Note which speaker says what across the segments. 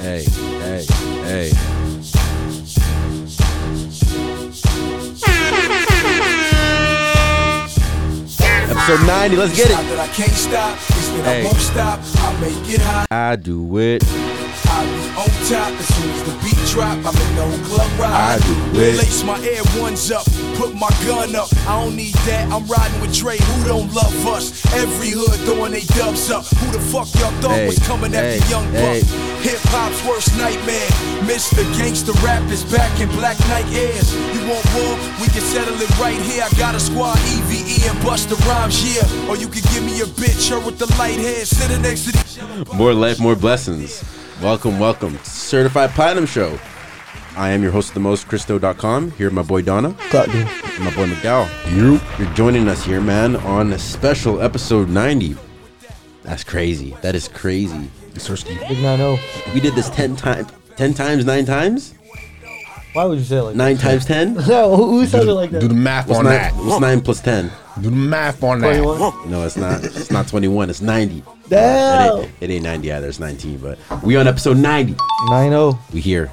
Speaker 1: hey, hey, hey. Episode 90, let's
Speaker 2: It's
Speaker 1: get it.
Speaker 2: not that I can't stop, it's that
Speaker 1: Hey.
Speaker 2: I won't stop. I make it hot,
Speaker 1: I do it.
Speaker 2: I be on top. As soon as the beat drop, I'm in the whole club
Speaker 1: I
Speaker 2: ride.
Speaker 1: do it.
Speaker 2: Lace my air ones up, put my gun up. I don't need that, I'm riding with Dre. Who don't love us? Every hood throwing they dubs up. Who the fuck y'all thought
Speaker 1: Hey,
Speaker 2: was coming
Speaker 1: hey,
Speaker 2: at the young
Speaker 1: hey.
Speaker 2: buck? Hip hop's worst nightmare. Mr. Gangsta Rap is back in Black Knight airs. You want war? We can settle it right here. I got a squad, EVE and Busta Rhymes, yeah. Or you can give me a bitch, her with the light hair, sitting next to the yellow bus.
Speaker 1: More life, more blessings. Welcome, welcome. to Certified Platinum Show. I am your host of the most, Christo.com. Here, my boy Donna. And my boy McDowell. You. You're joining us here, man, on a special episode 90. That's crazy. That is crazy.
Speaker 3: Big 90.
Speaker 1: We did this 10 times. 10 times, 9 times?
Speaker 3: Why would you say it like
Speaker 1: 9 times 10?
Speaker 3: that? No, who, who says it like
Speaker 4: Do the
Speaker 3: that?
Speaker 4: math
Speaker 1: What's
Speaker 4: on
Speaker 1: nine,
Speaker 4: that.
Speaker 1: what's 9 plus 10?
Speaker 4: Do the math on that.
Speaker 3: 21.
Speaker 1: No, it's not. It's not 21. It's 90.
Speaker 3: Damn.
Speaker 1: It ain't, it ain't 90 either. It's 19. But we on episode 90.
Speaker 3: 9-0.
Speaker 1: We here.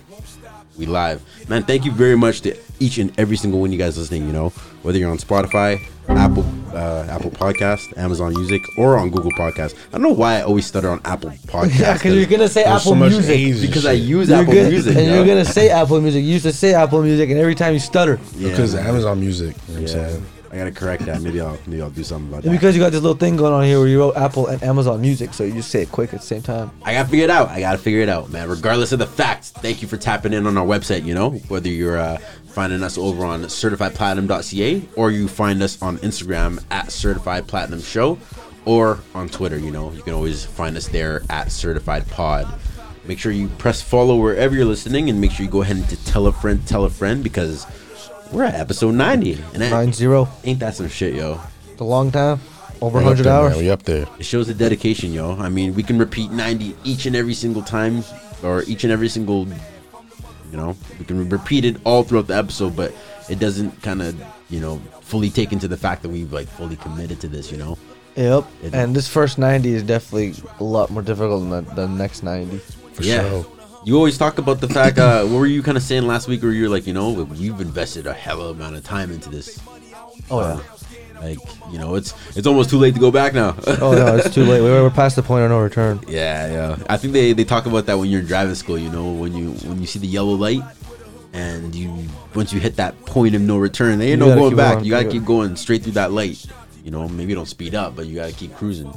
Speaker 1: We live. Man, thank you very much to each and every single one of you guys listening, you know, whether you're on Spotify, Apple uh, Apple Podcast, Amazon Music, or on Google Podcast. I don't know why I always stutter on Apple Podcast.
Speaker 3: Yeah, because you're gonna say
Speaker 4: There's
Speaker 3: Apple
Speaker 4: so much
Speaker 3: Music.
Speaker 4: A's and
Speaker 1: because
Speaker 4: shit.
Speaker 1: I use
Speaker 3: You're
Speaker 1: Apple
Speaker 3: good-
Speaker 1: Music.
Speaker 3: and
Speaker 1: yo.
Speaker 3: you're gonna say Apple Music. You used to say Apple Music, and every time you stutter,
Speaker 1: Yeah,
Speaker 4: Because
Speaker 1: man.
Speaker 4: Amazon Music. You know what I'm
Speaker 1: Yeah.
Speaker 4: saying?
Speaker 1: I gotta correct that. Maybe I'll maybe I'll do something about that.
Speaker 3: it's because you got this little thing going on here where you wrote Apple and Amazon Music, so you just say it quick at the same time.
Speaker 1: I gotta figure it out. I gotta figure it out, man. Regardless of the facts, thank you for tapping in on our website. You know, whether you're uh, finding us over on certifiedplatinum.ca or you find us on Instagram at certified platinum show or on Twitter. You know, you can always find us there at certified pod. Make sure you press follow wherever you're listening, and make sure you go ahead and to tell a friend, tell a friend, because we're at episode 90, and that,
Speaker 3: 9-0.
Speaker 1: ain't that some shit, yo?
Speaker 3: It's a long time. Over
Speaker 4: We up
Speaker 3: 100
Speaker 4: there,
Speaker 3: hours.
Speaker 4: man. We up there.
Speaker 1: It shows the dedication, yo. I mean, we can repeat 90 each and every single time, or each and every single, you know, we can repeat it all throughout the episode, but it doesn't kind of, you know, fully take into the fact that we've like fully committed to this, you know.
Speaker 3: Yep.
Speaker 1: It-
Speaker 3: And this first 90 is definitely a lot more difficult than the, the next 90.
Speaker 4: For
Speaker 1: yeah.
Speaker 4: sure.
Speaker 1: You always talk about the fact. Uh, what were you kind of saying last week? Where you're like, you know, you've invested a hella amount of time into this.
Speaker 3: Oh yeah.
Speaker 1: Like, you know, it's it's almost too late to go back now.
Speaker 3: Oh no, it's too late. We were past the point of no return.
Speaker 1: Yeah, yeah. I think they, they talk about that when you're in driving school. You know, when you when you see the yellow light, and you once you hit that point of no return, there ain't
Speaker 3: You
Speaker 1: no
Speaker 3: gotta
Speaker 1: going
Speaker 3: keep
Speaker 1: back.
Speaker 3: going.
Speaker 1: You gotta
Speaker 3: Yeah.
Speaker 1: keep going straight through that light. You know, maybe you don't speed up, but you gotta keep cruising.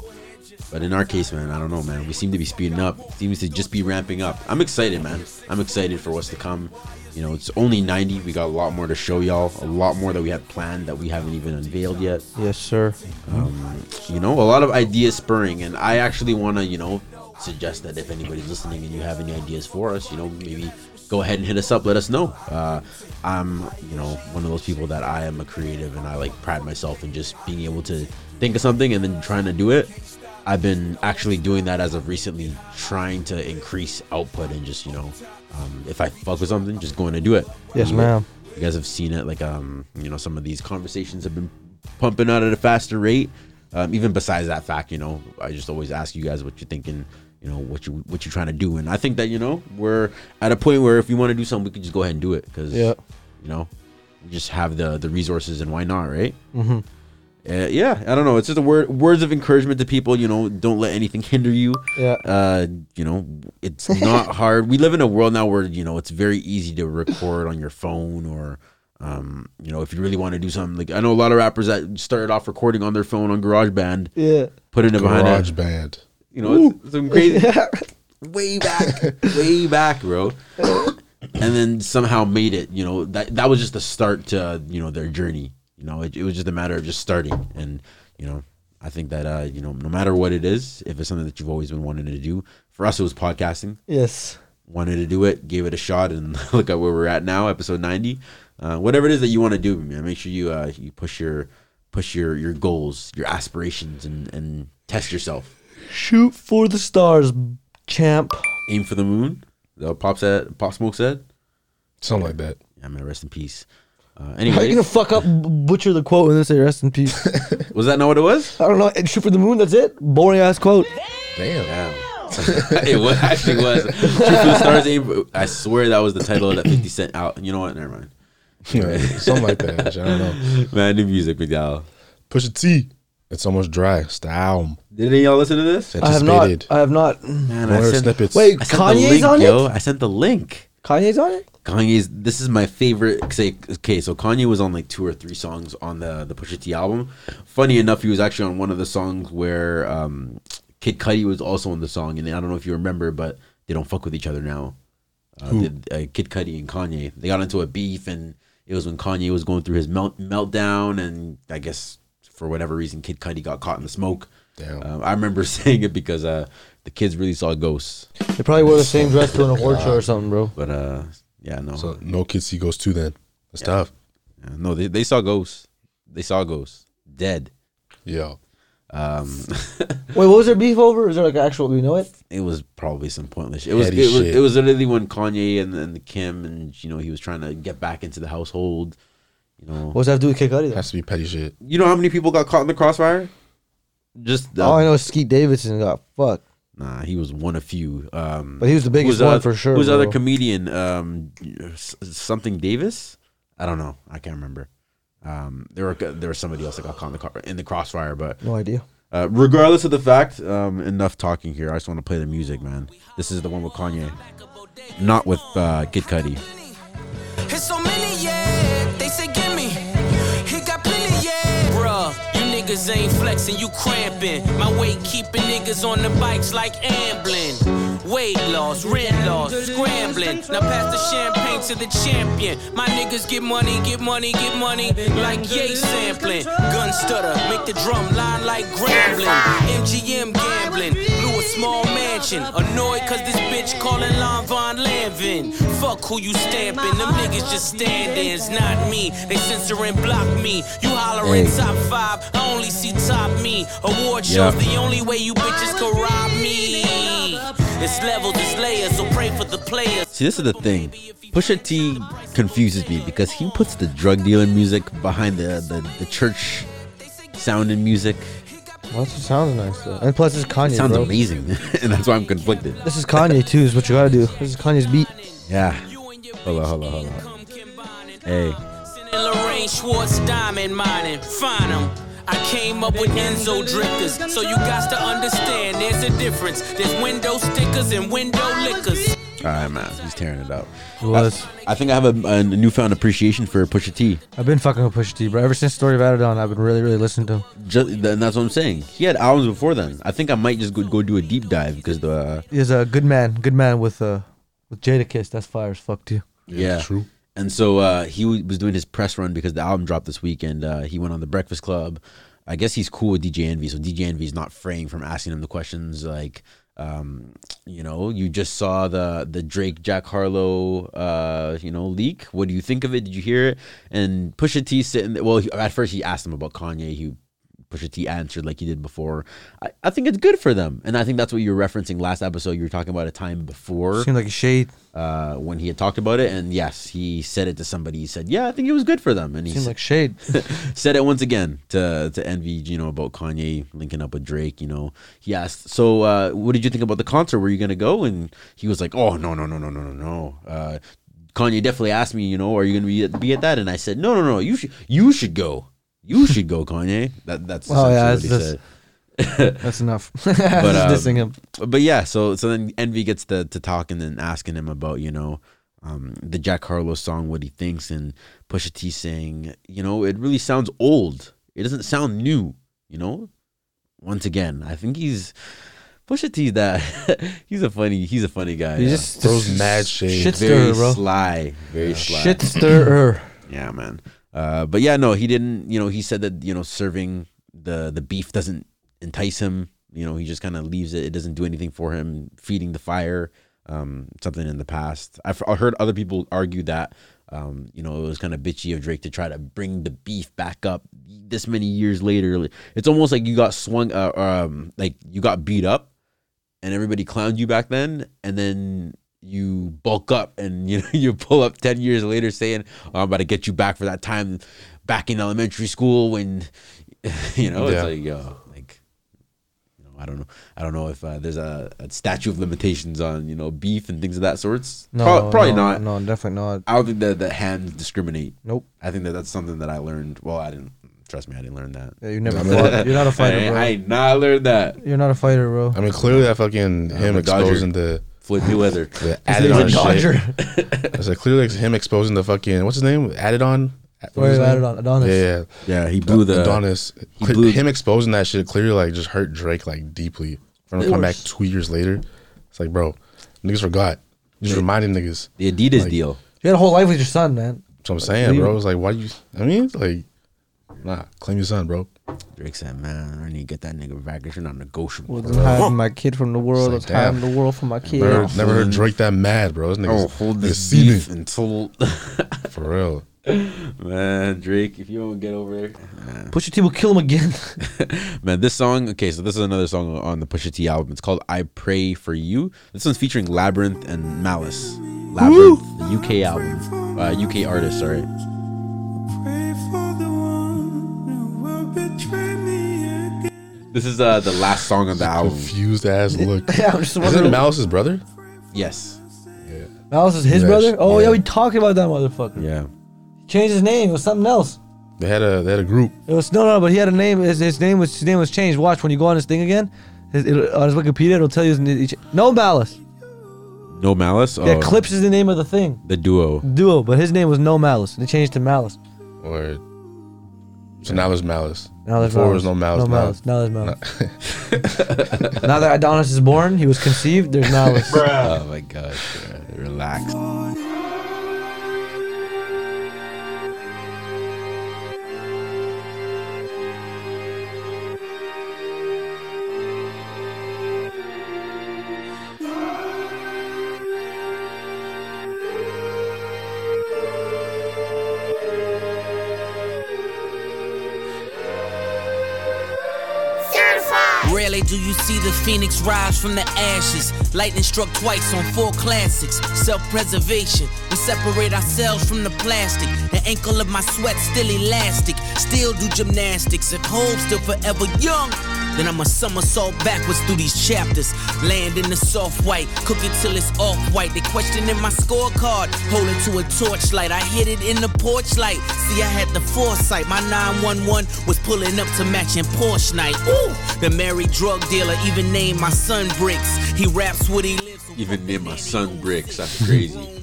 Speaker 1: But in our case, man, I don't know, man. We seem to be speeding up. seems to just be ramping up. I'm excited, man. I'm excited for what's to come. You know, it's only 90. We got a lot more to show y'all. A lot more that we have planned that we haven't even unveiled yet
Speaker 3: Yes, sir.
Speaker 1: um, you know, a lot of ideas spurring, and I actually want to, you know, suggest that if anybody's listening and you have any ideas for us, you know, maybe go ahead and hit us up. Let us know. Uh, I'm, you know, one of those people that I am a creative, and I like pride myself in just being able to think of something and then trying to do it. I've been actually doing that as of recently, trying to increase output and just, you know, um, if I fuck with something, just going to do it.
Speaker 3: Yes,
Speaker 1: You-
Speaker 3: ma'am.
Speaker 1: You guys have seen it, like um, you know, some of these conversations have been pumping out at a faster rate. Um, even besides that fact, you know, I just always ask you guys what you're thinking, you know, what you what you're trying to do, and I think that you know we're at a point where if we want to do something, we can just go ahead and do it because
Speaker 3: Yeah.
Speaker 1: you know, we just have the the resources and why not, right?
Speaker 3: Mm-hmm.
Speaker 1: Uh, yeah, I don't know. It's just a word, words of encouragement to people. You know, don't let anything hinder you.
Speaker 3: Yeah.
Speaker 1: Uh, you know, it's not hard. We live in a world now where you know it's very easy to record on your phone or, um, you know, if you really want to do something. Like I know a lot of rappers that started off recording on their phone on GarageBand,
Speaker 3: Yeah.
Speaker 1: putting it behind
Speaker 4: Garage
Speaker 1: it.
Speaker 4: band.
Speaker 1: You know, it's, some crazy way back, way back, bro. And then somehow made it. You know that that was just the start to you know their journey. You know, it, it was just a matter of just starting. And you know, I think that uh, you know, no matter what it is, if it's something that you've always been wanting to do, for us it was podcasting.
Speaker 3: Yes.
Speaker 1: Wanted to do it, gave it a shot, and look at where we're at now, episode ninety. Uh, whatever it is that you want to do, man, make sure you uh, you push your push your your goals, your aspirations, and and test yourself.
Speaker 3: Shoot for the stars, champ.
Speaker 1: Aim for the moon. The pop said, pop smoke said.
Speaker 4: Something like that.
Speaker 1: Yeah, man, rest in peace. Uh,
Speaker 3: How you
Speaker 1: anyway,
Speaker 3: gonna fuck up, butcher the quote, and then say "rest in peace"?
Speaker 1: was that not what it was?
Speaker 3: I don't know. And shoot for the moon. That's it. Boring ass quote.
Speaker 4: Damn.
Speaker 1: Damn. it was actually was. True Food Stars Aim- I swear that was the title of that 50 Cent out. You know what? Never mind.
Speaker 4: Yeah, something like that. I don't know.
Speaker 1: Man, new music with y'all.
Speaker 4: Push a T. It's almost dry. It's the album.
Speaker 1: Did any of y'all listen to this?
Speaker 5: I have not. I have not.
Speaker 1: Man,
Speaker 4: One of her snippets.
Speaker 5: Wait,
Speaker 1: I sent the
Speaker 5: Kanye's
Speaker 1: link,
Speaker 5: on
Speaker 1: yo.
Speaker 5: it.
Speaker 1: I sent the link.
Speaker 5: Kanye's on it.
Speaker 1: Kanye's. This is my favorite. Say, okay, so Kanye was on like two or three songs on the the Pusha T album. Funny enough, he was actually on one of the songs where um, Kid Cudi was also on the song, and I don't know if you remember, but they don't fuck with each other now. Uh, the, uh, Kid Cudi and Kanye, they got into a beef, and it was when Kanye was going through his melt, meltdown, and I guess for whatever reason, Kid Cudi got caught in the smoke.
Speaker 4: Damn.
Speaker 1: Um, I remember saying it because uh, the kids really saw ghosts,
Speaker 5: They probably wore the same dress to an award show or something, bro.
Speaker 1: but uh, yeah, no.
Speaker 4: So no kids see goes to then. That's tough.
Speaker 1: Yeah, No, they, they saw ghosts. They saw ghosts. Dead.
Speaker 4: Yeah.
Speaker 1: Um,
Speaker 5: Wait, what was their beef over? Is there like actual? You know it?
Speaker 1: it was probably some pointless. It was it,
Speaker 4: Petty
Speaker 1: was
Speaker 4: shit.
Speaker 1: it was literally when Kanye and and Kim and you know he was trying to get back into the household. You know,
Speaker 5: What does that have to do with Kid Cudi? Though?
Speaker 4: Has to be petty shit.
Speaker 1: you know how many people got caught in the crossfire? Just the,
Speaker 5: All Oh, I know is Skeet Davidson got fucked,
Speaker 1: nah, he was one of few. Um,
Speaker 5: but he was the biggest
Speaker 1: who's the
Speaker 5: one
Speaker 1: oth-
Speaker 5: for sure.
Speaker 1: Who's the other
Speaker 5: bro.
Speaker 1: comedian? Um, s- something Davis? I don't know. I can't remember. Um, there were there was somebody else that got caught in the, car, in the crossfire, but
Speaker 5: no idea.
Speaker 1: Uh, regardless of the fact, um, enough talking here. I just want to play the music, man. This is the one with Kanye, not with uh, Kid Cudi.
Speaker 6: It's so many, yeah. They say, give me. He got plenty, yeah. Bruh, you niggas ain't flexing, you cramping. My weight keeping niggas on the bikes like ambling. Weight loss, rent loss, scrambling. Now pass the champagne to the champion. My niggas get money, get money, get money. Like yay sampling. Gun stutter, make the drum line like grambling. MGM gambling. Blew a small mansion. Annoyed cause this bitch calling Lon Von Lanvin. Fuck who you stamping. Them niggas just stand-ins, not me. They censor and block me. You hollering
Speaker 1: Hey.
Speaker 6: top five. I only see top me. Award
Speaker 1: Yeah.
Speaker 6: shows the only way you bitches can rob me. It's levels, it's layers, so pray for the players.
Speaker 1: See, this is the thing. Pusha T confuses me because he puts the drug dealer music behind the the, the church sounding music.
Speaker 5: Well, that sounds nice though. And plus, it's Kanye.
Speaker 1: It sounds
Speaker 5: bro.
Speaker 1: amazing, and that's why I'm conflicted.
Speaker 5: This is Kanye too. Is what you gotta do. This is Kanye's beat.
Speaker 1: Yeah.
Speaker 6: You and your
Speaker 1: Hold on, hold on, hold on.
Speaker 6: come combining.
Speaker 1: Hey.
Speaker 6: Sending Lorraine Schwartz diamond mining. Find 'em. I came up with Enzo drifters, so you got to understand there's a difference. There's window stickers and window liquors.
Speaker 1: All right, man, he's tearing it up.
Speaker 5: was.
Speaker 1: I, I think I have a, a newfound appreciation for Pusha T.
Speaker 5: I've been fucking with Pusha T, bro. Ever since Story of Adidon, I've been really, really listening to him.
Speaker 1: Just, and that's what I'm saying. He had albums before then. I think I might just go, go do a deep dive because the uh,
Speaker 5: He's a good man. Good man with uh with Jada Kiss. That's fire as fuck too.
Speaker 1: Yeah,
Speaker 4: true.
Speaker 1: And so uh, he w- was doing his press run because the album dropped this week, and uh, he went on the Breakfast Club. I guess he's cool with DJ Envy, so DJ Envy's not fraying from asking him the questions like, um, you know, you just saw the the Drake Jack Harlow, uh, you know, leak. What do you think of it? Did you hear it? And Pusha T sitting. There, well, he, at first he asked him about Kanye. He Pusha T answered like he did before. I, I think it's good for them, and I think that's what you were referencing last episode. You were talking about a time before
Speaker 5: Seemed like a shade.
Speaker 1: uh, when he had talked about it. And yes, he said it to somebody. He said, "Yeah, I think it was good for them." And he
Speaker 5: Seemed
Speaker 1: s-
Speaker 5: like shade.
Speaker 1: said it once again to to envy, you know, about Kanye linking up with Drake. You know, he asked, "So, uh, what did you think about the concert? Were you gonna go?" And he was like, "Oh no, no, no, no, no, no, no." Uh, Kanye definitely asked me, you know, "Are you gonna be at, be at that?" And I said, "No, no, no. You should you should go. You should go, Kanye." That that's
Speaker 5: Well,
Speaker 1: essentially
Speaker 5: yeah,
Speaker 1: what
Speaker 5: it's
Speaker 1: he
Speaker 5: just-
Speaker 1: said.
Speaker 5: That's enough. But, just dissing
Speaker 1: um,
Speaker 5: him.
Speaker 1: but yeah, so so then Envy gets to to talking and asking him about you know um, the Jack Harlow song, what he thinks, and Pusha T saying, you know, it really sounds old. It doesn't sound new. You know, once again, I think he's Pusha T. That he's a funny he's a funny guy.
Speaker 5: He
Speaker 1: yeah.
Speaker 5: just
Speaker 4: Throws mad shade.
Speaker 5: Shit
Speaker 1: very
Speaker 5: stirrer, bro.
Speaker 1: sly, very sly.
Speaker 5: Shit stirrer.
Speaker 1: Yeah, man. Uh, but yeah, no, he didn't. You know, he said that you know serving the the beef doesn't entice him. You know, he just kind of leaves it. It doesn't do anything for him. Feeding the fire, um, something in the past. I've I heard other people argue that. Um, you know, it was kind of bitchy of Drake to try to bring the beef back up this many years later. It's almost like you got swung, uh, um, like you got beat up, and everybody clowned you back then, and then you bulk up and you know you pull up ten years later saying, oh, "I'm about to get you back for that time back in elementary school when," you know,
Speaker 4: Yeah.
Speaker 1: it's like, yo, like, you know, I don't know. I don't know if uh, there's a, a statute of limitations on you know beef and things of that sorts.
Speaker 3: No,
Speaker 1: Pro- probably
Speaker 3: no,
Speaker 1: not.
Speaker 3: No, definitely not.
Speaker 1: I don't think that that hams discriminate.
Speaker 3: Nope.
Speaker 1: I think that that's something that I learned. Well, I didn't. Trust me, I didn't learn that.
Speaker 3: Yeah, you never fought. You're not a
Speaker 1: I,
Speaker 3: fighter,
Speaker 1: ain't-
Speaker 3: bro.
Speaker 1: I ain't not learned that.
Speaker 3: You're not a fighter, bro.
Speaker 4: I mean, clearly that fucking him
Speaker 1: the Dodger.
Speaker 4: exposing the
Speaker 1: Floyd Mayweather.
Speaker 4: the added on shit.
Speaker 3: Dodger.
Speaker 4: I said clearly it's him exposing the fucking what's his name? Added on. What
Speaker 3: Wait,
Speaker 4: was his name?
Speaker 3: added on Adonis.
Speaker 4: Yeah, yeah.
Speaker 1: yeah, he blew the
Speaker 4: Adonis.
Speaker 1: he
Speaker 4: Cle-
Speaker 1: blew-
Speaker 4: him exposing that shit clearly like just hurt Drake like deeply. For him to come back
Speaker 3: course.
Speaker 4: two years later, it's like bro, niggas forgot. You Just reminding niggas.
Speaker 1: the Adidas deal.
Speaker 3: You had a whole life with your son, man.
Speaker 4: That's what I'm saying, bro. It's like why you? I mean, it's like nah, claim your son, bro.
Speaker 1: Drake said, "Man, I need to get that nigga back. It's not negotiable."
Speaker 3: Was hiding my kid from the world.
Speaker 4: It's
Speaker 3: was
Speaker 4: like, damn.
Speaker 3: hiding the world from my kid.
Speaker 4: Never, never heard Drake that mad, bro. This niggas,
Speaker 1: Oh, hold
Speaker 4: niggas
Speaker 1: this
Speaker 4: seen
Speaker 1: beef
Speaker 4: it
Speaker 1: until
Speaker 4: for real.
Speaker 1: man Drake. If you don't get over there,
Speaker 3: Push your team will kill him again.
Speaker 1: man, this song. Okay, so this is another song on the Pusha T album. It's called "I Pray for You." This one's featuring Labyrinth and Malice. Labyrinth, the UK album, uh, UK artist. Sorry,
Speaker 2: Pray for the one who will betray me again.
Speaker 1: this is uh, the last song on the album.
Speaker 4: Confused ass look.
Speaker 3: yeah, I'm just
Speaker 4: Isn't it
Speaker 3: wondering.
Speaker 4: Malice's brother?
Speaker 1: Yes.
Speaker 3: Malice is his
Speaker 4: Yeah,
Speaker 3: brother. Oh yeah.
Speaker 4: yeah.
Speaker 3: we talked about that motherfucker.
Speaker 1: Yeah.
Speaker 3: Changed his name. It was something else.
Speaker 4: They had a they had a group.
Speaker 3: It was no, no, but he had a name. His, his name was his name was changed. Watch when you go on his thing again. His, it'll, on his Wikipedia, it'll tell you his, his, no malice.
Speaker 1: No Malice.
Speaker 3: Yeah,
Speaker 1: Oh,
Speaker 3: clips is the name of the thing
Speaker 1: The duo.
Speaker 3: duo, but his name was no malice. They changed to malice.
Speaker 4: Or so now there's Malice.
Speaker 3: Now there's
Speaker 4: Before
Speaker 3: malice.
Speaker 4: there was no Malice.
Speaker 3: No
Speaker 4: now-
Speaker 3: malice. Now there's malice. now that Adonis is born, he was conceived. There's malice.
Speaker 1: Oh my gosh. bruh. Relax.
Speaker 6: Rarely do you see the phoenix rise from the ashes. Lightning struck twice on four classics. Self preservation. We separate ourselves from the plastic. The ankle of my sweat still elastic. Still do gymnastics. At home, still forever young. Then I'm a somersault backwards through these chapters. Land in the soft white, cook it till it's off white. They questioning my scorecard, hold it to a torchlight. I hit it in the porch light. See, I had the foresight. My 911 was pulling up to matching Porsche night. Ooh, the married drug dealer even named my son Bricks. He raps what he lives.
Speaker 1: Even named my son Bricks. That's crazy.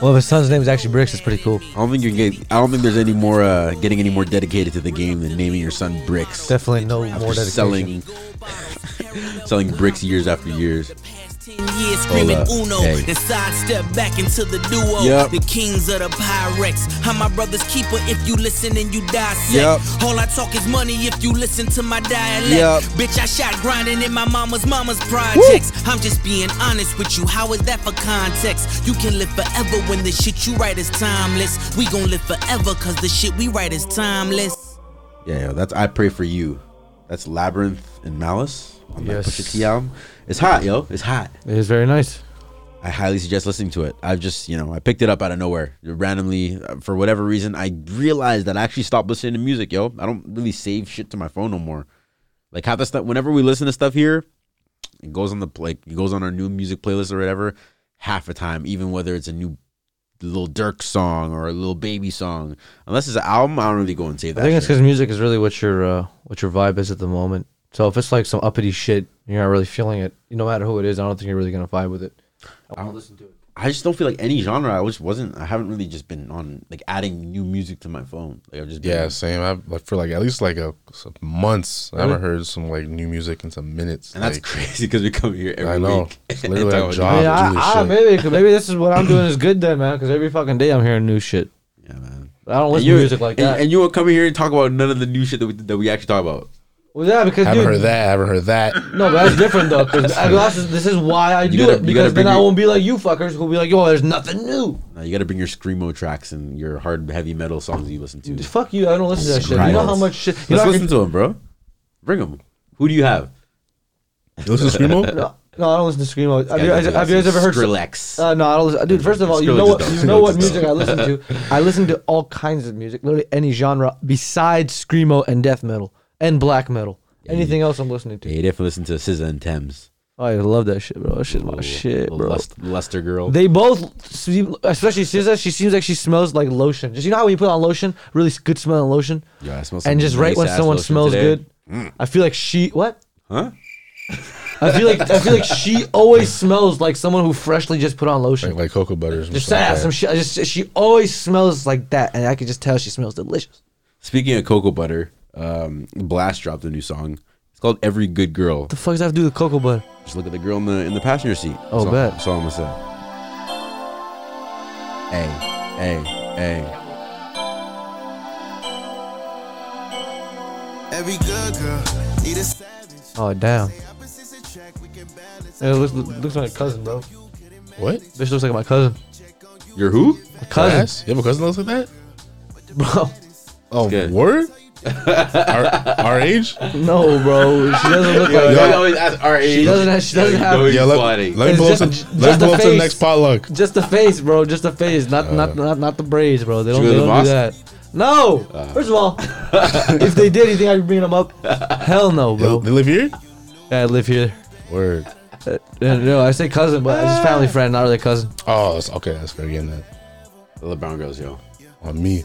Speaker 3: Well, if his son's name is actually Bricks, it's pretty cool.
Speaker 1: I don't think you can get. I don't think there's any more uh, getting any more dedicated to the game than naming your son Bricks.
Speaker 3: Definitely no more
Speaker 1: After selling,
Speaker 3: dedication.
Speaker 1: selling bricks years after years.
Speaker 6: Past 10 years screaming
Speaker 1: up.
Speaker 6: Uno,
Speaker 1: Hey.
Speaker 6: then sidestep back into the duo.
Speaker 1: Yep.
Speaker 6: The kings of the Pyrex. I'm my brother's keeper if you listen and you dissect.
Speaker 1: Yep.
Speaker 6: All I talk is money if you listen to my dialect.
Speaker 1: Yep.
Speaker 6: Bitch, I shot grinding in my mama's mama's projects. I'm just being honest with you. How is that for context? You can live forever when the shit you write is timeless. We gon' live forever cause the shit we write is timeless.
Speaker 1: Yeah, yo, that's I pray for you. That's Labyrinth and Malice on that
Speaker 3: Yes.
Speaker 1: Pusha T album. It's hot, yo. It's hot.
Speaker 3: It is very nice.
Speaker 1: I highly suggest listening to it. I've just, you know, I picked it up out of nowhere randomly uh, for whatever reason. I realized that I actually stopped listening to music, yo. I don't really save shit to my phone no more. Like half the stuff. Whenever we listen to stuff here, it goes on the like it goes on our new music playlist or whatever. Half the time, even whether it's a new little Dirk song or a little Baby song, unless it's an album, I don't really go and save
Speaker 3: I
Speaker 1: that.
Speaker 3: think it's
Speaker 1: shit.
Speaker 3: because music is really what your uh, what your vibe is at the moment. So if it's like some uppity shit, you're not really feeling it. No matter who it is, I don't think you're really gonna vibe with it. I won't listen to it.
Speaker 1: I just don't feel like any genre. I just wasn't. I haven't really just been on like adding new music to my phone. Like I've just been,
Speaker 4: Yeah, same. I like, for like at least like a some months. I haven't heard some like new music in some minutes.
Speaker 1: And that's
Speaker 4: like,
Speaker 1: crazy because we come here every
Speaker 4: I know.
Speaker 1: week.
Speaker 4: It's
Speaker 1: and
Speaker 4: literally
Speaker 1: talk
Speaker 4: our
Speaker 1: about
Speaker 4: job.
Speaker 1: music.
Speaker 4: I'll do
Speaker 3: Yeah, I,
Speaker 4: this
Speaker 3: I,
Speaker 4: shit.
Speaker 3: maybe maybe this is what I'm doing is good then, man. Because every fucking day I'm hearing new shit.
Speaker 1: Yeah, man.
Speaker 3: But I don't listen
Speaker 1: you-
Speaker 3: to music like
Speaker 1: and-
Speaker 3: that.
Speaker 1: And you won't come here and talk about none of the new shit that we, that we actually talk about.
Speaker 3: well, yeah, because
Speaker 4: I haven't
Speaker 3: dude,
Speaker 4: heard that. I haven't heard that.
Speaker 3: no, but that's different though. Because this is why I do
Speaker 1: gotta-
Speaker 3: it.
Speaker 1: you gotta
Speaker 3: Because then
Speaker 1: bring
Speaker 3: I
Speaker 1: your-
Speaker 3: won't be like you fuckers who'll be like, yo, there's nothing new.
Speaker 1: Now, you got to bring your screamo tracks and your hard heavy metal songs you listen to.
Speaker 3: Dude, fuck you. I don't listen to that shit. You know
Speaker 1: Christ.
Speaker 3: how much shit. You know,
Speaker 1: Let's
Speaker 3: I
Speaker 1: listen to them, bro. Bring them. Who do you have?
Speaker 4: You listen to
Speaker 3: could-
Speaker 4: screamo?
Speaker 3: no, no, I don't listen to screamo.
Speaker 1: Guys,
Speaker 3: Have you,
Speaker 1: I do
Speaker 3: have you guys
Speaker 1: some
Speaker 3: ever heard?
Speaker 1: Skrillex?
Speaker 3: Uh, no, I don't listen, dude. First of all, you know
Speaker 1: Skrillex
Speaker 3: what
Speaker 1: is dope.
Speaker 3: you know what
Speaker 1: Skrillex is
Speaker 3: music I listen to. I listen to all kinds of music, literally any genre besides screamo and death metal and black metal. Anything else I'm listening
Speaker 1: Yeah,
Speaker 3: to?
Speaker 1: you definitely listen to SZA and Thames.
Speaker 3: Oh, I love that shit, bro. That shit's my
Speaker 1: Little-
Speaker 3: Oh, shit,
Speaker 1: little
Speaker 3: bro.
Speaker 1: Lust, luster girl.
Speaker 3: They both, seem, especially SZA, she seems like she smells like lotion. Just you know how when you put on lotion, really s- good smelling lotion,
Speaker 1: yeah, I smell some
Speaker 3: and just right when
Speaker 1: nice-ass
Speaker 3: someone
Speaker 1: lotion
Speaker 3: smells
Speaker 1: today. Mm.
Speaker 3: good, I feel like she what?
Speaker 1: Huh?
Speaker 3: I feel like I feel like she always smells like someone who freshly just put on lotion.
Speaker 4: Like, like cocoa butters.
Speaker 3: just ah, some shit. I just she always smells like that, and I can just tell she smells delicious.
Speaker 1: Speaking of cocoa butter, um, Blast dropped a new song. It's called "Every Good Girl."
Speaker 3: The fuck does that have to do with cocoa butter?
Speaker 1: Just look at the girl in the in the passenger seat.
Speaker 3: Oh,
Speaker 1: That's all-
Speaker 3: bet.
Speaker 1: That's all I'm gonna say. Hey, hey, hey.
Speaker 6: Every good girl need a savage.
Speaker 3: Oh damn!
Speaker 6: Opposites attract, we can balance.
Speaker 3: It looks, looks like a cousin, bro.
Speaker 4: What?
Speaker 3: Bitch looks like my cousin.
Speaker 1: You're who?
Speaker 3: A cousin,
Speaker 4: Ass? You have a cousin that looks like that?
Speaker 3: bro.
Speaker 4: Oh,
Speaker 1: good.
Speaker 4: word? our, our age?
Speaker 3: No, bro. She doesn't look
Speaker 1: Yo,
Speaker 3: like
Speaker 1: you
Speaker 3: that.
Speaker 1: always ask our age.
Speaker 3: She doesn't have. She doesn't
Speaker 1: Yo,
Speaker 3: have.
Speaker 1: you
Speaker 4: Yeah, let,
Speaker 1: funny.
Speaker 4: let me
Speaker 3: It's
Speaker 4: blow up
Speaker 3: just-
Speaker 4: to,
Speaker 3: just
Speaker 4: let me
Speaker 3: the
Speaker 4: blow up to the
Speaker 3: face.
Speaker 4: next potluck.
Speaker 3: Just the face, bro. Just the face. Not not
Speaker 1: Uh,
Speaker 3: not not the braids, bro. They don't,
Speaker 1: goes
Speaker 3: they
Speaker 1: to
Speaker 3: don't do that. No.
Speaker 1: Uh.
Speaker 3: First of all, if they did, you think I'd bring them up? Hell no,
Speaker 4: They,
Speaker 3: bro.
Speaker 4: they live here?
Speaker 3: Yeah, I live here.
Speaker 4: Word.
Speaker 3: Yeah, No, I say cousin, but
Speaker 1: Ah.
Speaker 3: it's just family friend, not really cousin.
Speaker 4: Oh, that's, okay. That's fair. Getting that
Speaker 1: The brown girls, yo.
Speaker 4: on me.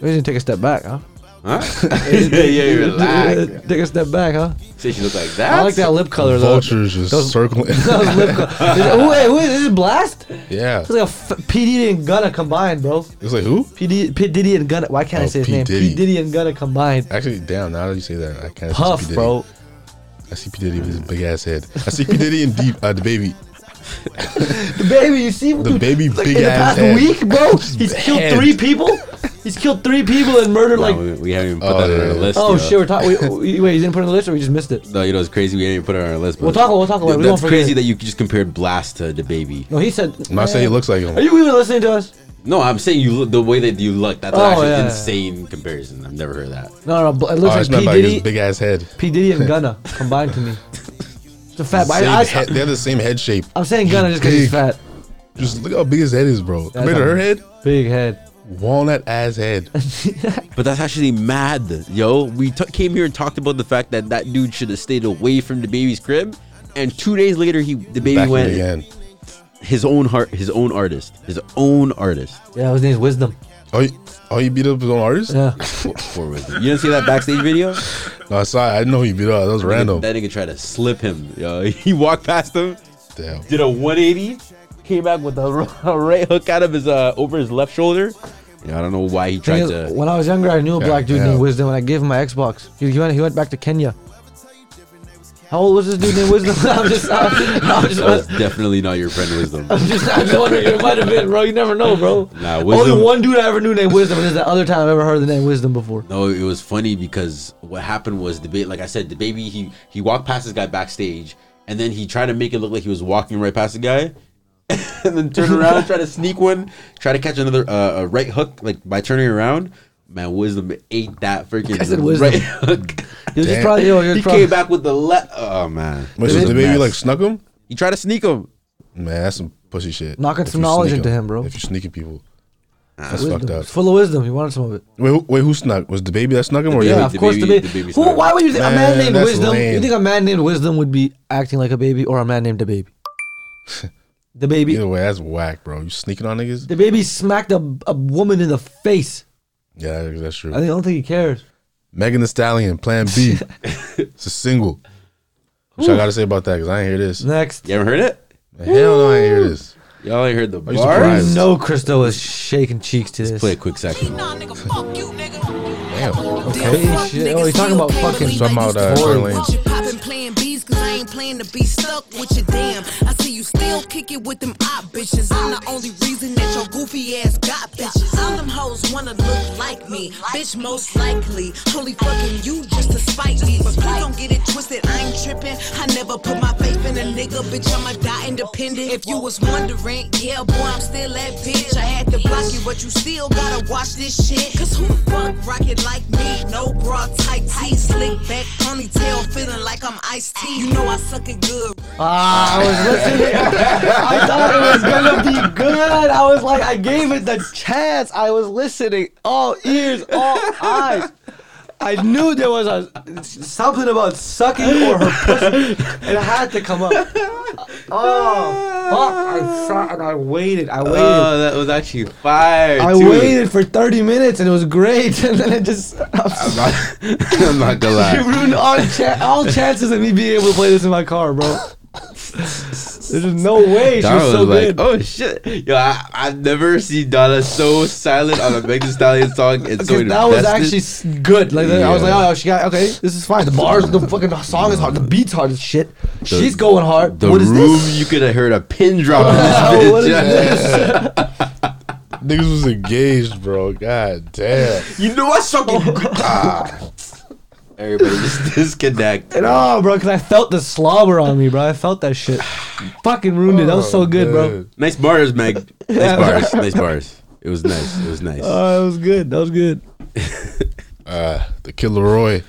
Speaker 3: We didn't take a step back, huh?
Speaker 1: Huh? yeah, yeah, relax.
Speaker 3: take a step back, huh?
Speaker 1: Say she looked like that.
Speaker 3: I like that lip color though.
Speaker 4: Vultures just
Speaker 3: Those-
Speaker 4: circling.
Speaker 3: Those lip color. Who, wait, who is this? Is Blast? It's
Speaker 4: yeah.
Speaker 3: like a f- P Diddy and Gunna combined, bro.
Speaker 4: It's like who?
Speaker 3: P Diddy, P Diddy and Gunna. Why can't I
Speaker 4: Oh,
Speaker 3: say his
Speaker 4: P.
Speaker 3: name?
Speaker 4: Diddy.
Speaker 3: P Diddy and Gunna combined.
Speaker 4: Actually, damn. Now that you say that, I can't. see
Speaker 3: Puff,
Speaker 4: P. Diddy.
Speaker 3: bro.
Speaker 4: I see P Diddy with his big ass head. I see P Diddy and deep uh, the baby.
Speaker 3: The baby, you see,
Speaker 4: The
Speaker 3: dude,
Speaker 4: baby
Speaker 3: like,
Speaker 4: big
Speaker 3: in the
Speaker 4: ass
Speaker 3: past
Speaker 4: head.
Speaker 3: week, bro. He's killed
Speaker 4: head.
Speaker 3: three people. He's killed three people and murdered
Speaker 1: Wow,
Speaker 3: like.
Speaker 1: we, we haven't even put
Speaker 4: Oh,
Speaker 1: that on
Speaker 4: yeah,
Speaker 1: our
Speaker 4: yeah.
Speaker 1: list.
Speaker 3: oh
Speaker 1: yo.
Speaker 3: shit, we're talking. Wait, wait, you didn't put it on the list, or we just missed it?
Speaker 1: No, you know it's crazy. We didn't even put it on our list. But
Speaker 3: We'll talk- we'll talk about it. We
Speaker 1: That's
Speaker 3: won't
Speaker 1: crazy
Speaker 3: forget.
Speaker 1: that you just compared Blast to the baby.
Speaker 3: No, he said.
Speaker 4: I'm not saying he looks like
Speaker 3: Are
Speaker 4: him.
Speaker 3: you even listening to us?
Speaker 1: No, I'm saying you look the way that you look. That's
Speaker 3: Oh,
Speaker 1: actually
Speaker 3: yeah, yeah.
Speaker 1: insane comparison. I've never heard that.
Speaker 3: No, no, bl- it
Speaker 4: Oh,
Speaker 3: looks
Speaker 4: I
Speaker 3: like
Speaker 4: just meant
Speaker 3: P
Speaker 4: about his
Speaker 3: Diddy,
Speaker 4: big ass head.
Speaker 3: P Diddy and Gunna combined to me. It's a fat.
Speaker 4: Same
Speaker 3: I, I,
Speaker 4: head- they have the same head shape.
Speaker 3: I'm saying Gunna just because
Speaker 4: Big.
Speaker 3: he's fat.
Speaker 4: Just look how big his head is, bro. Compared to
Speaker 3: how-
Speaker 4: her head,
Speaker 3: Big head.
Speaker 4: walnut ass head.
Speaker 1: But that's actually mad, yo. We t- came here and talked about the fact that that dude should have stayed away from the baby's crib, and two days later, he the baby
Speaker 4: Back
Speaker 1: went
Speaker 4: went again.
Speaker 1: his own heart, his own artist, his own artist.
Speaker 3: Yeah, his name's Wisdom.
Speaker 4: Oh, he, oh, he beat up his own artist?
Speaker 3: Yeah.
Speaker 1: Poor Wisdom. You didn't see that backstage video?
Speaker 4: No, I saw. It. I didn't know he beat up. That was random.
Speaker 1: That nigga tried to slip him. Yo, he walked past him,
Speaker 4: Damn.
Speaker 1: did a 180, came back with a, r- right hook out of his uh, over his left shoulder. Yeah, I don't know why he
Speaker 3: Thing
Speaker 1: tried
Speaker 3: is,
Speaker 1: to.
Speaker 3: when I was younger, I knew a black dude
Speaker 4: yeah.
Speaker 3: named Wisdom, and I gave him my Xbox. He, he went. He went back to Kenya. How old was this dude named Wisdom? I'm just. I'm, I'm just
Speaker 1: That was definitely not your friend Wisdom.
Speaker 3: I'm just, I'm just wondering. It might have been, bro. You never know, bro.
Speaker 1: Nah, Wisdom-
Speaker 3: Only one dude I ever knew named Wisdom, and this is the other time I've ever heard the name Wisdom before.
Speaker 1: No, it was funny because what happened was the baby, like I said, the baby he he walked past this guy backstage, and then he tried to make it look like he was walking right past the guy, and then turn around, try to sneak one, try to catch another uh, a right hook, like by turning around. Man, wisdom ate that freaking
Speaker 3: I said Wisdom.
Speaker 1: right hook.
Speaker 3: He was just
Speaker 4: Damn.
Speaker 3: probably. Yo, he was
Speaker 1: he
Speaker 3: probably
Speaker 1: came back with the left. Oh man,
Speaker 4: But
Speaker 1: It
Speaker 4: so
Speaker 1: was
Speaker 4: the
Speaker 1: a
Speaker 4: baby
Speaker 1: mess.
Speaker 4: like snuck him.
Speaker 1: he tried to sneak him.
Speaker 4: Man, that's some pussy shit.
Speaker 3: Knocking
Speaker 4: If
Speaker 3: some
Speaker 4: you
Speaker 3: knowledge
Speaker 4: sneak
Speaker 3: into him, bro.
Speaker 4: If you're sneaking people, that's
Speaker 3: Wisdom.
Speaker 4: fucked up.
Speaker 3: Full of wisdom. He wanted some of it.
Speaker 4: Wait, who, wait, who snuck? Was the baby that snuck him, or
Speaker 3: yeah,
Speaker 4: yeah,
Speaker 3: of
Speaker 1: the
Speaker 3: course.
Speaker 1: baby-
Speaker 3: the
Speaker 1: the
Speaker 3: baby.
Speaker 1: baby's
Speaker 3: Who,
Speaker 1: not-
Speaker 3: why would you think a man
Speaker 4: Man,
Speaker 3: named
Speaker 4: that's
Speaker 3: Wisdom? You
Speaker 4: lame.
Speaker 3: think a man named Wisdom would be acting like a baby, or a man named the baby? The baby.
Speaker 4: either way, that's whack, bro. You sneaking on niggas?
Speaker 3: The baby smacked a, a woman in the face.
Speaker 4: Yeah, that- that's true.
Speaker 3: I think- I don't think he cares.
Speaker 4: Megan The Stallion, Plan B. it's a single. What I gotta say about that? Cause I ain't hear this.
Speaker 3: Next.
Speaker 1: You ever heard it?
Speaker 4: Hell no, I ain't hear this.
Speaker 1: Y'all ain't heard the
Speaker 4: you
Speaker 1: bars.
Speaker 4: surprised?
Speaker 3: You know Christo is shaking cheeks to this.
Speaker 1: Play a quick section.
Speaker 6: Nah, nigga, fuck you, nigga.
Speaker 4: Damn.
Speaker 3: Hey, shit. Oh, he's talking about fucking.
Speaker 4: Talking about uh, Tory Lanez.
Speaker 7: Shit poppin' playing beats cause I ain't playing to be stuck with your damn. I see you still kick it with them op bitches. I'm the only reason that your goofy ass got bitches. All them hoes wanna look like me, bitch most likely. Holy fucking you just to spite me. But please don't get it twisted, I ain't tripping. I never put my faith in a nigga, bitch, I'ma die independent. If you was wondering, yeah, boy, I'm still that bitch. I had to block you, but you still gotta watch this shit. Cause who the fuck rockin' like me? No bra, tight tee, slick back, ponytail, feeling like I'm iced tea. You know I suck it good.
Speaker 3: Ah, I was listening. I thought it was gonna be good. I was like, I gave it the chance. I was listening. All ears, all eyes. I knew there was a something about sucking or her pussy. It had to come up. Oh, fuck! I sat and I waited. I waited.
Speaker 1: Oh, that was actually fire.
Speaker 3: I
Speaker 1: too.
Speaker 3: waited for 30 minutes and it was great, and then it just
Speaker 4: I'm not, I'm not gonna
Speaker 3: you
Speaker 4: lie.
Speaker 3: ruined all cha- all chances of me being able to play this in my car, bro. There's just no way she
Speaker 1: Donna
Speaker 3: was
Speaker 1: was
Speaker 3: so
Speaker 1: like,
Speaker 3: good.
Speaker 1: "Oh shit, yo, I, I've never seen Donna so silent on a Meg Thee Stallion song." And so
Speaker 3: Because that was
Speaker 1: invested.
Speaker 3: actually s- good. Like I was like,
Speaker 4: Yeah.
Speaker 3: oh, she got okay. This is fine. The bars, the fucking song is hard. The beats hard as shit. She's going hard.
Speaker 1: the
Speaker 3: What is
Speaker 1: room
Speaker 3: this?
Speaker 1: you could have heard a pin drop. in this
Speaker 3: Oh,
Speaker 1: bitch.
Speaker 3: what is
Speaker 1: Yeah.
Speaker 3: this?
Speaker 4: Niggas was engaged, bro. God damn.
Speaker 1: You know I suck it. Everybody just disconnect.
Speaker 3: And oh, bro, because I felt the slobber on me, bro. I felt that shit. Fucking ruined it. That was
Speaker 1: Oh,
Speaker 3: so good, bro.
Speaker 1: Nice bars, Meg. Nice bars. Nice bars. It was nice. It was nice.
Speaker 3: Oh, that was good. That was good.
Speaker 4: Uh, the Killer Roy.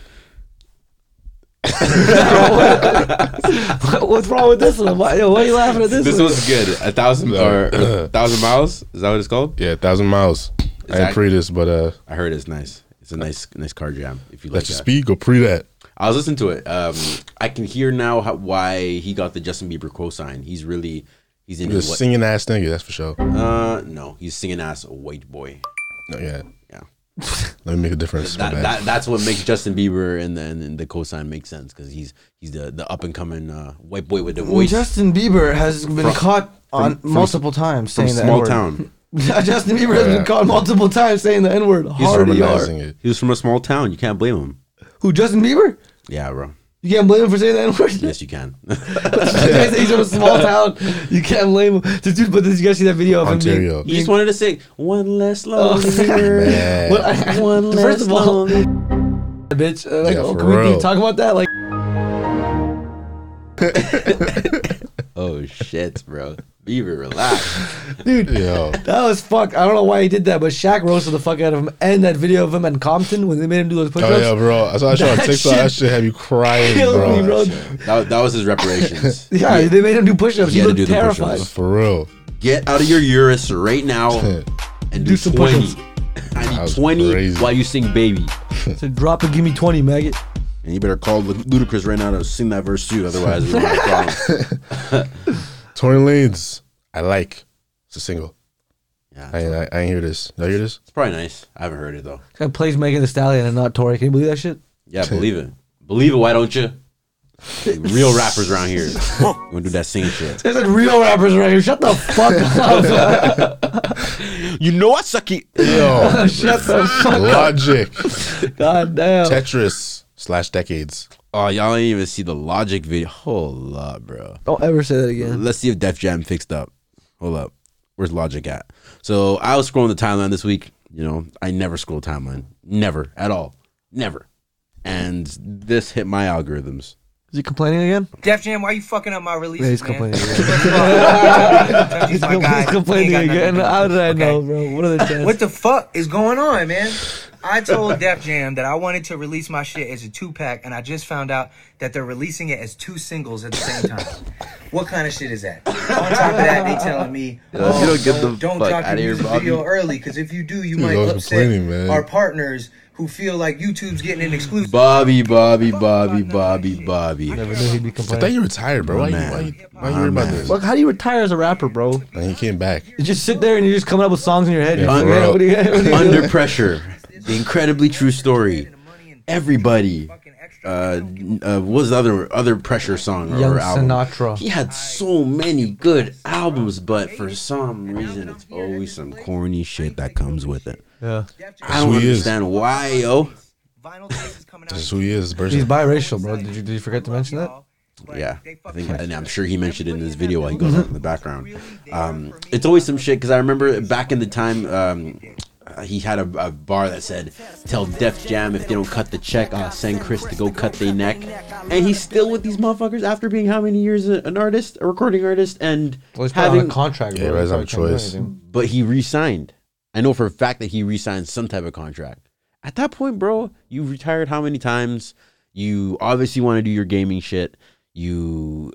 Speaker 3: What's wrong with this one? Why, yo, why are you laughing at this,
Speaker 1: this
Speaker 3: one?
Speaker 1: was good. A thousand or a thousand miles. Is that what it's called?
Speaker 4: Yeah, Thousand Miles. I
Speaker 1: that-
Speaker 4: didn't pre this, but uh,
Speaker 1: I heard it's nice. It's a nice, nice car jam. If you like
Speaker 4: let you
Speaker 1: that.
Speaker 4: speak or pre that.
Speaker 1: I was listening to it. Um, I can hear now how, why he got the Justin Bieber cosign. He's really, he's in
Speaker 4: The
Speaker 1: his
Speaker 4: singing ass nigga, that's for sure.
Speaker 1: what- uh, no, he's singing ass a white boy.
Speaker 4: No, yeah,
Speaker 1: Yeah,
Speaker 4: let me make a difference. My
Speaker 1: that,
Speaker 4: bad.
Speaker 1: that that's what makes Justin Bieber and then and the cosign make sense because he's he's the the up and coming uh, white boy with the voice
Speaker 3: Justin Bieber has been caught on
Speaker 1: from-
Speaker 3: multiple times
Speaker 1: from
Speaker 3: saying the
Speaker 1: small
Speaker 3: N-word.
Speaker 1: town.
Speaker 3: Justin Bieber has been caught multiple times saying the N word. Hard
Speaker 4: harmonizing
Speaker 3: ER.
Speaker 4: it.
Speaker 1: He was from a small town. You can't blame him.
Speaker 3: Who, Justin Bieber?
Speaker 1: Yeah, bro.
Speaker 3: You can't blame him for saying the N word.
Speaker 1: Yes, you can.
Speaker 3: He's from a small town. You can't blame him. Did you, but did you guys see that video of
Speaker 4: Ontario.
Speaker 3: him
Speaker 1: he
Speaker 3: being.
Speaker 1: just wanted to sing one less lonely.
Speaker 4: Man.
Speaker 3: Well, I-
Speaker 1: One
Speaker 3: First
Speaker 1: less
Speaker 3: of all,
Speaker 1: lonely.
Speaker 3: bitch. uh, Like,
Speaker 4: Yeah,
Speaker 3: oh,
Speaker 4: for
Speaker 3: can we
Speaker 4: real.
Speaker 3: talk about that? Like,
Speaker 1: Oh shit, bro. Bieber, relax.
Speaker 4: Yo,
Speaker 3: that was fuck. I don't know why he did that, but Shaq roasted the fuck out of him and that video of him in Compton when they made him do those push ups.
Speaker 4: oh yeah, bro. I saw that shit on
Speaker 3: That
Speaker 4: TikTok. That
Speaker 3: shit
Speaker 4: shit have you crying,
Speaker 3: Killed
Speaker 4: bro.
Speaker 3: me, bro.
Speaker 1: That, that was his reparations.
Speaker 3: Yeah, they made him do push ups.
Speaker 1: He
Speaker 3: He,
Speaker 1: had to
Speaker 3: looked
Speaker 1: do the push-ups.
Speaker 3: terrified.
Speaker 4: For real.
Speaker 1: Get out of your Urus right now and do,
Speaker 3: Do some
Speaker 1: 20.
Speaker 3: push-ups.
Speaker 1: I need
Speaker 4: was
Speaker 1: 20
Speaker 4: crazy.
Speaker 1: while you sing Baby.
Speaker 3: Said, drop and give me 20, maggot.
Speaker 1: And you better call Lud- Ludacris right now to sing that verse too, otherwise we have a problem.
Speaker 4: Twenty lanes. I like. It's a single.
Speaker 1: Yeah,
Speaker 4: I ain't, I, I ain't hear this. Y'all hear this?
Speaker 1: It's probably nice. I haven't heard it though.
Speaker 3: Guy plays Megan the Stallion and not Tori. Can you believe that shit?
Speaker 1: Yeah, believe it. Believe it, why don't you? Real rappers around here. You wanna do that singing shit.
Speaker 3: They said real rappers right here. Shut the fuck up.
Speaker 1: You know I suck it.
Speaker 4: Yo,
Speaker 3: Shut the fuck
Speaker 4: Logic,
Speaker 3: God damn.
Speaker 4: Tetris slash Decades.
Speaker 1: Oh, y'all didn't even see the logic video. Hold up, bro.
Speaker 3: Don't ever say that again.
Speaker 1: Let's see if Def Jam fixed up. Hold up. Where's Logic at? So I was scrolling the timeline this week. You know, I never scroll timeline. Never at all. Never. And this hit my algorithms.
Speaker 3: Is he complaining again?
Speaker 8: Def Jam, why you fucking up my release?
Speaker 3: Yeah, he's
Speaker 8: man?
Speaker 3: complaining again.
Speaker 8: He's my guy.
Speaker 3: He's complaining
Speaker 8: He ain't got nothing to
Speaker 3: again.
Speaker 8: do.
Speaker 3: How did I
Speaker 8: Okay.
Speaker 3: know, bro? What are the chances?
Speaker 8: What the fuck is going on, man? I told Def Jam that I wanted to release my shit as a two pack, and I just found out that they're releasing it as two singles at the same time. what kind of shit is that? On top of that, they telling me, oh,
Speaker 1: you don't get
Speaker 8: don't,
Speaker 1: the
Speaker 8: don't
Speaker 1: fuck
Speaker 8: drop your
Speaker 1: outta here,
Speaker 8: music
Speaker 1: Bobby.
Speaker 8: video early, because if you do, you might
Speaker 4: always complaining,
Speaker 8: upset
Speaker 4: man.
Speaker 8: our partners who feel like YouTube's getting an exclusive.
Speaker 1: Bobby, Bobby, Bobby, Bobby, Bobby.
Speaker 3: Never knew he'd be
Speaker 4: I thought
Speaker 3: complaining.
Speaker 4: you retired, bro. Why you, why you, why you worried about this?
Speaker 3: Fuck, how do you retire as a rapper, bro?
Speaker 4: And he came back.
Speaker 3: You just sit there and you're just coming up with songs in your head.
Speaker 1: for
Speaker 3: Man,
Speaker 1: real.
Speaker 3: what do you, what do you
Speaker 1: Under
Speaker 3: do?
Speaker 1: pressure. The incredibly true story. Everybody. Uh, uh, what was the other other pressure song or
Speaker 3: Young
Speaker 1: album?
Speaker 3: Sinatra.
Speaker 1: He had so many good albums, but for some reason, it's always some corny shit that comes with it.
Speaker 3: Yeah.
Speaker 1: I don't
Speaker 4: who he is.
Speaker 1: understand why, yo.
Speaker 8: Vinyl tape is coming out.
Speaker 4: This is who he is.
Speaker 3: He's
Speaker 4: Person.
Speaker 3: biracial, bro. Did you, did you forget to mention that?
Speaker 1: Yeah, I think, and I'm sure he mentioned it in this video while he goes
Speaker 3: Mm-hmm.
Speaker 1: on in the background. Um, it's always some shit because I remember back in the time um, uh, he had a, a bar that said, "Tell Def Jam if they don't cut the check, uh, send Chris to go cut their neck." And he's still with these motherfuckers after being how many years a- an artist, a recording artist, and
Speaker 3: Well, he's probably on
Speaker 1: having
Speaker 3: a contract,
Speaker 4: Yeah,
Speaker 3: bro.
Speaker 4: he
Speaker 3: He
Speaker 4: doesn't have
Speaker 3: probably
Speaker 4: a
Speaker 3: can't do
Speaker 4: choice.
Speaker 3: anything.
Speaker 1: but he re-signed. I know for a fact that he re-signed some type of contract. At that point, bro, you retired how many times? You obviously want to do your gaming shit. You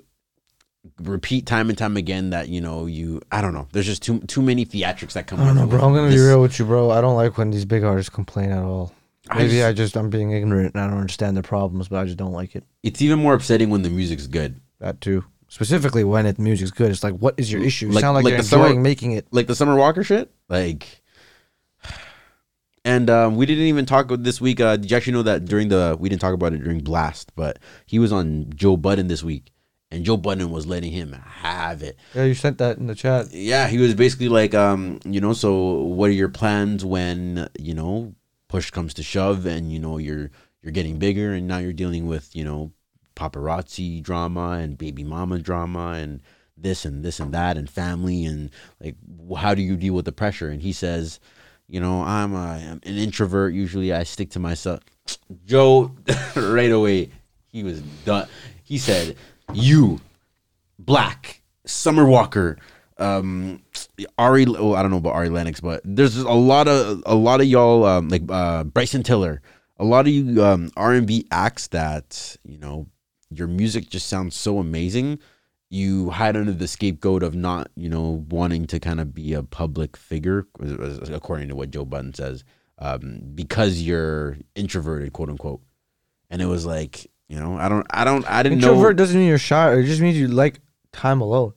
Speaker 1: repeat time and time again that you know you. I don't know. There's just too too many theatrics that come.
Speaker 3: I don't know,
Speaker 1: with
Speaker 3: bro. I'm gonna be
Speaker 1: this.
Speaker 3: real with you, bro. I don't like when these big artists complain at all.
Speaker 1: just-
Speaker 3: Maybe I just I'm being ignorant and I don't understand the problems, but I just don't like it.
Speaker 1: It's even more upsetting when the music's good.
Speaker 3: That too. Specifically when it music's good, it's like what is your issue? You
Speaker 1: Like-
Speaker 3: sound like,
Speaker 1: like
Speaker 3: you're
Speaker 1: the summer-
Speaker 3: enjoying making it.
Speaker 1: like the Summer Walker shit. Like, and um, we didn't even talk this week. Uh, did you actually know that during the we didn't talk about it during Blast, but he was on Joe Budden this week, and Joe Budden was letting him have it.
Speaker 3: Yeah, you sent that in the chat.
Speaker 1: Yeah, he was basically like, um, you know, so what are your plans when you know push comes to shove, and you know you're you're getting bigger, and now you're dealing with you know paparazzi drama and baby mama drama and this and this and that and family and like wh- how do you deal with the pressure? And he says, you know, I'm, a, I'm an introvert. Usually, I stick to myself. Joe, right away, he was done. He said, "You Black, Summer Walker, um, Ari. Oh, I don't know about Ari Lennox, but there's a lot of a lot of y'all um, like uh, Bryson Tiller. A lot of you um, R and B acts that you know your music just sounds so amazing. You hide under the scapegoat of not you know wanting to kind of be a public figure, according to what Joe Budden says, um, because you're introverted, quote unquote. And it was like you know I don't I don't I didn't know
Speaker 3: Introvert doesn't mean you're shy. It just means you like time alone.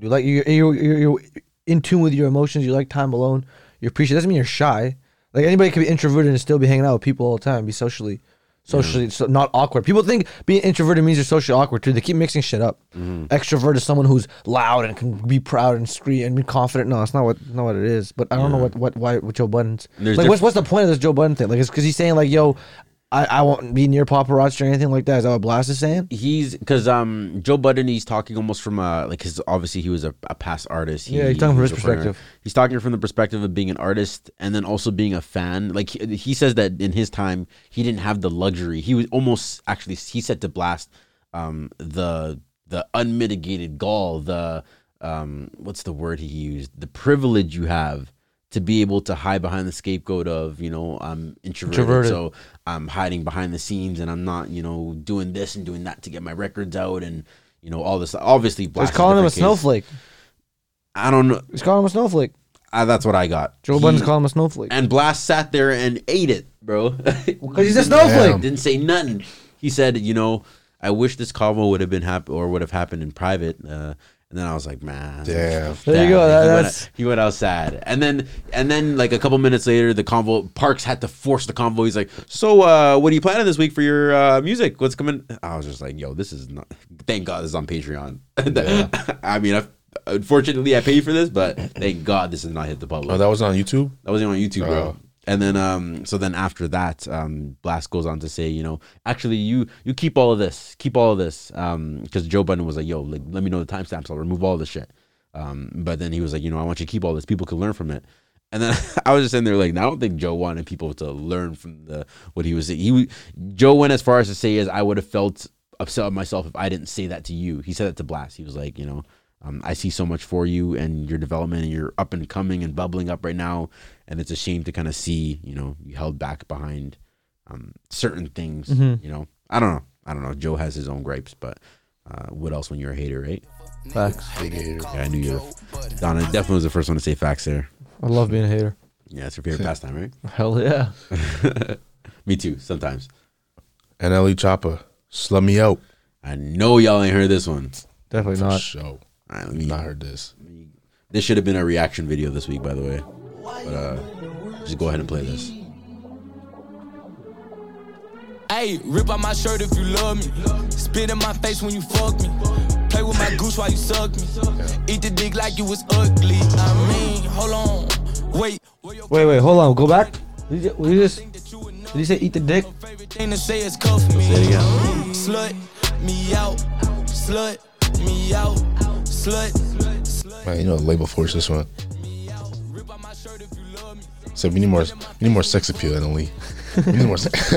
Speaker 3: You like you you you're, you're in tune with your emotions. You like time alone. You appreciate. It doesn't mean you're shy. Like anybody can be introverted and still be hanging out with people all the time. Be socially, socially so not awkward. People think being introverted means you're socially awkward too. They keep mixing shit up.
Speaker 1: Mm-hmm.
Speaker 3: Extrovert is someone who's loud and can be proud and scream and be confident. No, it's not what not what it is. But I don't know what what why with Joe Budden's
Speaker 1: There's
Speaker 3: like.
Speaker 1: diff-
Speaker 3: What's what's the point of this Joe Budden thing? Like, it's because he's saying like, yo. I, I won't be near paparazzi or anything like that. Is that what Blast is saying?
Speaker 1: he's because um Joe Budden he's talking almost from a like his obviously he was a, a past artist. He,
Speaker 3: Yeah, he's talking from
Speaker 1: was
Speaker 3: his
Speaker 1: a foreigner.
Speaker 3: perspective.
Speaker 1: He's talking from the perspective of being an artist and then also being a fan. Like he, he says that in his time he didn't have the luxury. He was almost actually he said to blast um the the unmitigated gall the um what's the word he used the privilege you have to be able to hide behind the scapegoat of you know I'm introverted,
Speaker 3: Introverted.
Speaker 1: so I'm hiding behind the scenes and I'm not you know doing this and doing that to get my records out and you know all this obviously Blast
Speaker 3: He's
Speaker 1: is
Speaker 3: calling him a
Speaker 1: different case.
Speaker 3: snowflake.
Speaker 1: I don't know
Speaker 3: He's calling him a snowflake.
Speaker 1: I, that's what I got
Speaker 3: Joe
Speaker 1: He-
Speaker 3: Budden's calling him a snowflake.
Speaker 1: and Blast sat there and ate it bro because
Speaker 3: he's a snowflake.
Speaker 1: didn't say nothing he said you know I wish this convo would have been hap- or would have happened in private uh, and then I was like man
Speaker 4: Damn.
Speaker 3: There you
Speaker 1: Yeah,
Speaker 3: go.
Speaker 1: he
Speaker 3: That,
Speaker 1: went-
Speaker 3: that's
Speaker 1: he went outside, and then and then like a couple minutes later, the convo Parks had to force the convo. He's like, "So, uh, what are you planning this week for your uh, music? What's coming?" I was just like, "Yo, this is not." Thank God this is on Patreon. I mean, I, unfortunately, I paid for this, but thank God this is not hit the public.
Speaker 4: Oh, that was on YouTube.
Speaker 1: That wasn't on YouTube, bro.
Speaker 4: Oh.
Speaker 1: And then, um, so then after that, um, Blast goes on to say, you know, actually, you you keep all of this, keep all of this, um, because Joe Budden was like, yo, like, let me know the timestamps, I'll remove all this shit. Um, but then he was like, you know, I want you to keep all this. People can learn from it. And then I was just in there like, I don't think Joe wanted people to learn from the what he was. saying. He w- Joe went as far as to say is I would have felt upset with myself if I didn't say that to you. He said that to Blast. He was like, you know, um, I see so much for you and your development, and you're up and coming and bubbling up right now. And it's a shame to kind of see, you know, you held back behind um, certain things. You know, I don't know. I don't know. Joe has his own gripes, but uh, what else when you're a hater, right?
Speaker 3: facts.
Speaker 4: Big hater.
Speaker 1: Yeah, I knew you. Donna definitely was the first one to say facts there.
Speaker 3: I love being a hater.
Speaker 1: Yeah, it's your favorite pastime, right?
Speaker 3: Hell yeah.
Speaker 1: Me too. Sometimes
Speaker 4: NLE E Choppa, slum me out.
Speaker 1: I know y'all ain't heard this one.
Speaker 3: Definitely
Speaker 4: For
Speaker 3: not.
Speaker 4: show.
Speaker 1: All right, let me-
Speaker 4: Not heard this.
Speaker 1: This should have been a reaction video this week, by the way. But uh, just go ahead and play this.
Speaker 6: Hey, rip out my shirt if you love me. Spit in my face when you fuck me. Play with my goose while you suck me. Eat the dick like you was ugly. I mean, hold on. Wait. Where your
Speaker 3: Wait, wait, hold on. Go back. Did you, were you just, did
Speaker 6: that you would know?
Speaker 3: you say eat the dick?
Speaker 6: Favorite thing to say is cuff me. Slut me out. Slut me out. Slut. Slut
Speaker 4: Man, you know the label force this one.
Speaker 6: me out. Rip out my shirt if you love me.
Speaker 4: So we need more. We need more sex appeal, NLE. we need more. Sex.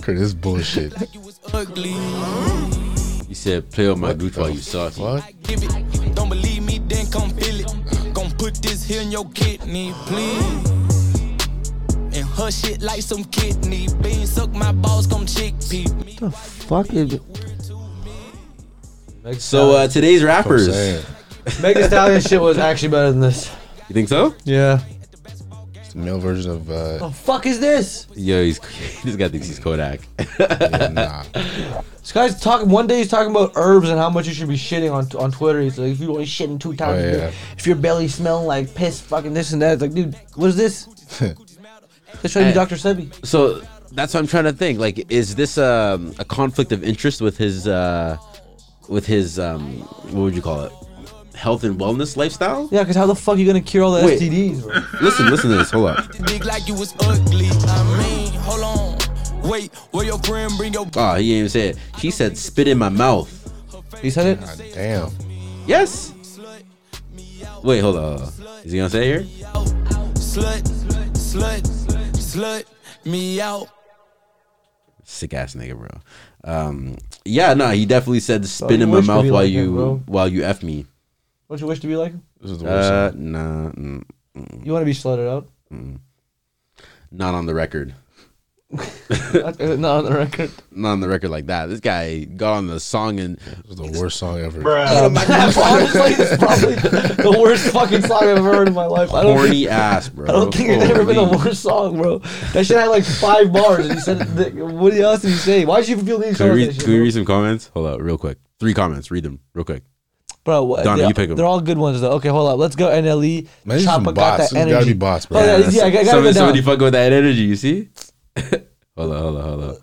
Speaker 4: Kurt, this is bullshit.
Speaker 6: You was ugly.
Speaker 1: He said, "Play with my gooch while you suck."
Speaker 4: What?
Speaker 6: Give it. Don't believe me, then come feel it. Gon' put this here in your kidney, please. And hush it like some kidney beans. Suck my balls, come chickpea me.
Speaker 3: The fuck is.
Speaker 1: So uh, today's
Speaker 4: I'm
Speaker 1: rappers,
Speaker 4: saying.
Speaker 3: Meg Thee Stallion shit was actually better than this.
Speaker 1: you think so?
Speaker 3: Yeah.
Speaker 4: the male version of uh,
Speaker 3: The fuck is this?
Speaker 1: Yo, he's, this guy thinks he's Kodak.
Speaker 4: yeah, nah.
Speaker 3: This guy's talking. One day he's talking about herbs and how much you should be shitting on on Twitter. He's like, if you only shitting two times,
Speaker 4: Oh,
Speaker 3: a day,
Speaker 4: yeah.
Speaker 3: if your belly smelling like piss, fucking this and that. It's like, dude, what is this? This trying to be
Speaker 1: Hey.
Speaker 3: Dr. Sebi.
Speaker 1: so that's what I'm trying to think. Like, is this um, a conflict of interest with his uh, with his um, what would you call it? Health and wellness lifestyle.
Speaker 3: Yeah, because how the fuck you gonna cure all the
Speaker 1: Wait.
Speaker 3: STDs? bro?
Speaker 1: Listen, listen to this. Hold up.
Speaker 5: Dig like you was ugly. I mean, hold on. Wait, where your grim bring your
Speaker 1: Oh, he didn't even say it. He said, "Spit in my mouth."
Speaker 3: He said it.
Speaker 4: God damn.
Speaker 1: Yes. Wait, hold on. hold on. Is he gonna say it here?
Speaker 5: slut, slut, slut me out.
Speaker 1: Sick ass nigga, bro. Um, yeah, no, he definitely said,
Speaker 3: you
Speaker 1: "Spit in my
Speaker 3: wish to
Speaker 1: mouth
Speaker 3: be
Speaker 1: while
Speaker 3: like him,
Speaker 1: you
Speaker 3: bro.
Speaker 1: while you f me."
Speaker 3: Don't you wish to be like him?
Speaker 4: This is the worst.
Speaker 1: Uh, nah, mm,
Speaker 3: You want to be slutted out?
Speaker 1: not on the record.
Speaker 3: That's- uh, Not on the record.
Speaker 1: Not on the record like that. This guy got on the song and
Speaker 4: this is the worst song ever.
Speaker 3: Honestly, it's probably the worst fucking song I've ever heard in my life. I don't think,
Speaker 1: horny ass, bro.
Speaker 3: I don't think it's ever been a
Speaker 1: Holy.
Speaker 3: worse song, bro. That shit had like five bars, and he said, "What else did he say? Why did you feel need to
Speaker 1: Can
Speaker 3: tell
Speaker 1: we,
Speaker 3: us that
Speaker 1: read,
Speaker 3: shit,
Speaker 1: can we
Speaker 3: bro?
Speaker 1: read some comments? Hold up, real quick. Three comments. Read them real quick.
Speaker 3: Bro, what,
Speaker 1: Donna,
Speaker 3: they-
Speaker 1: you pick 'em.
Speaker 3: They're all good ones though. Okay, hold up. Let's go. NLE.
Speaker 4: Man, these are some
Speaker 3: Choppa got
Speaker 4: bots. There's
Speaker 3: that energy.
Speaker 4: gotta be bots, bro.
Speaker 3: Oh, yeah, yeah, I gotta
Speaker 1: somebody,
Speaker 3: go
Speaker 1: somebody
Speaker 3: down.
Speaker 1: fuck with that energy. You see? hold up, hold up, hold up.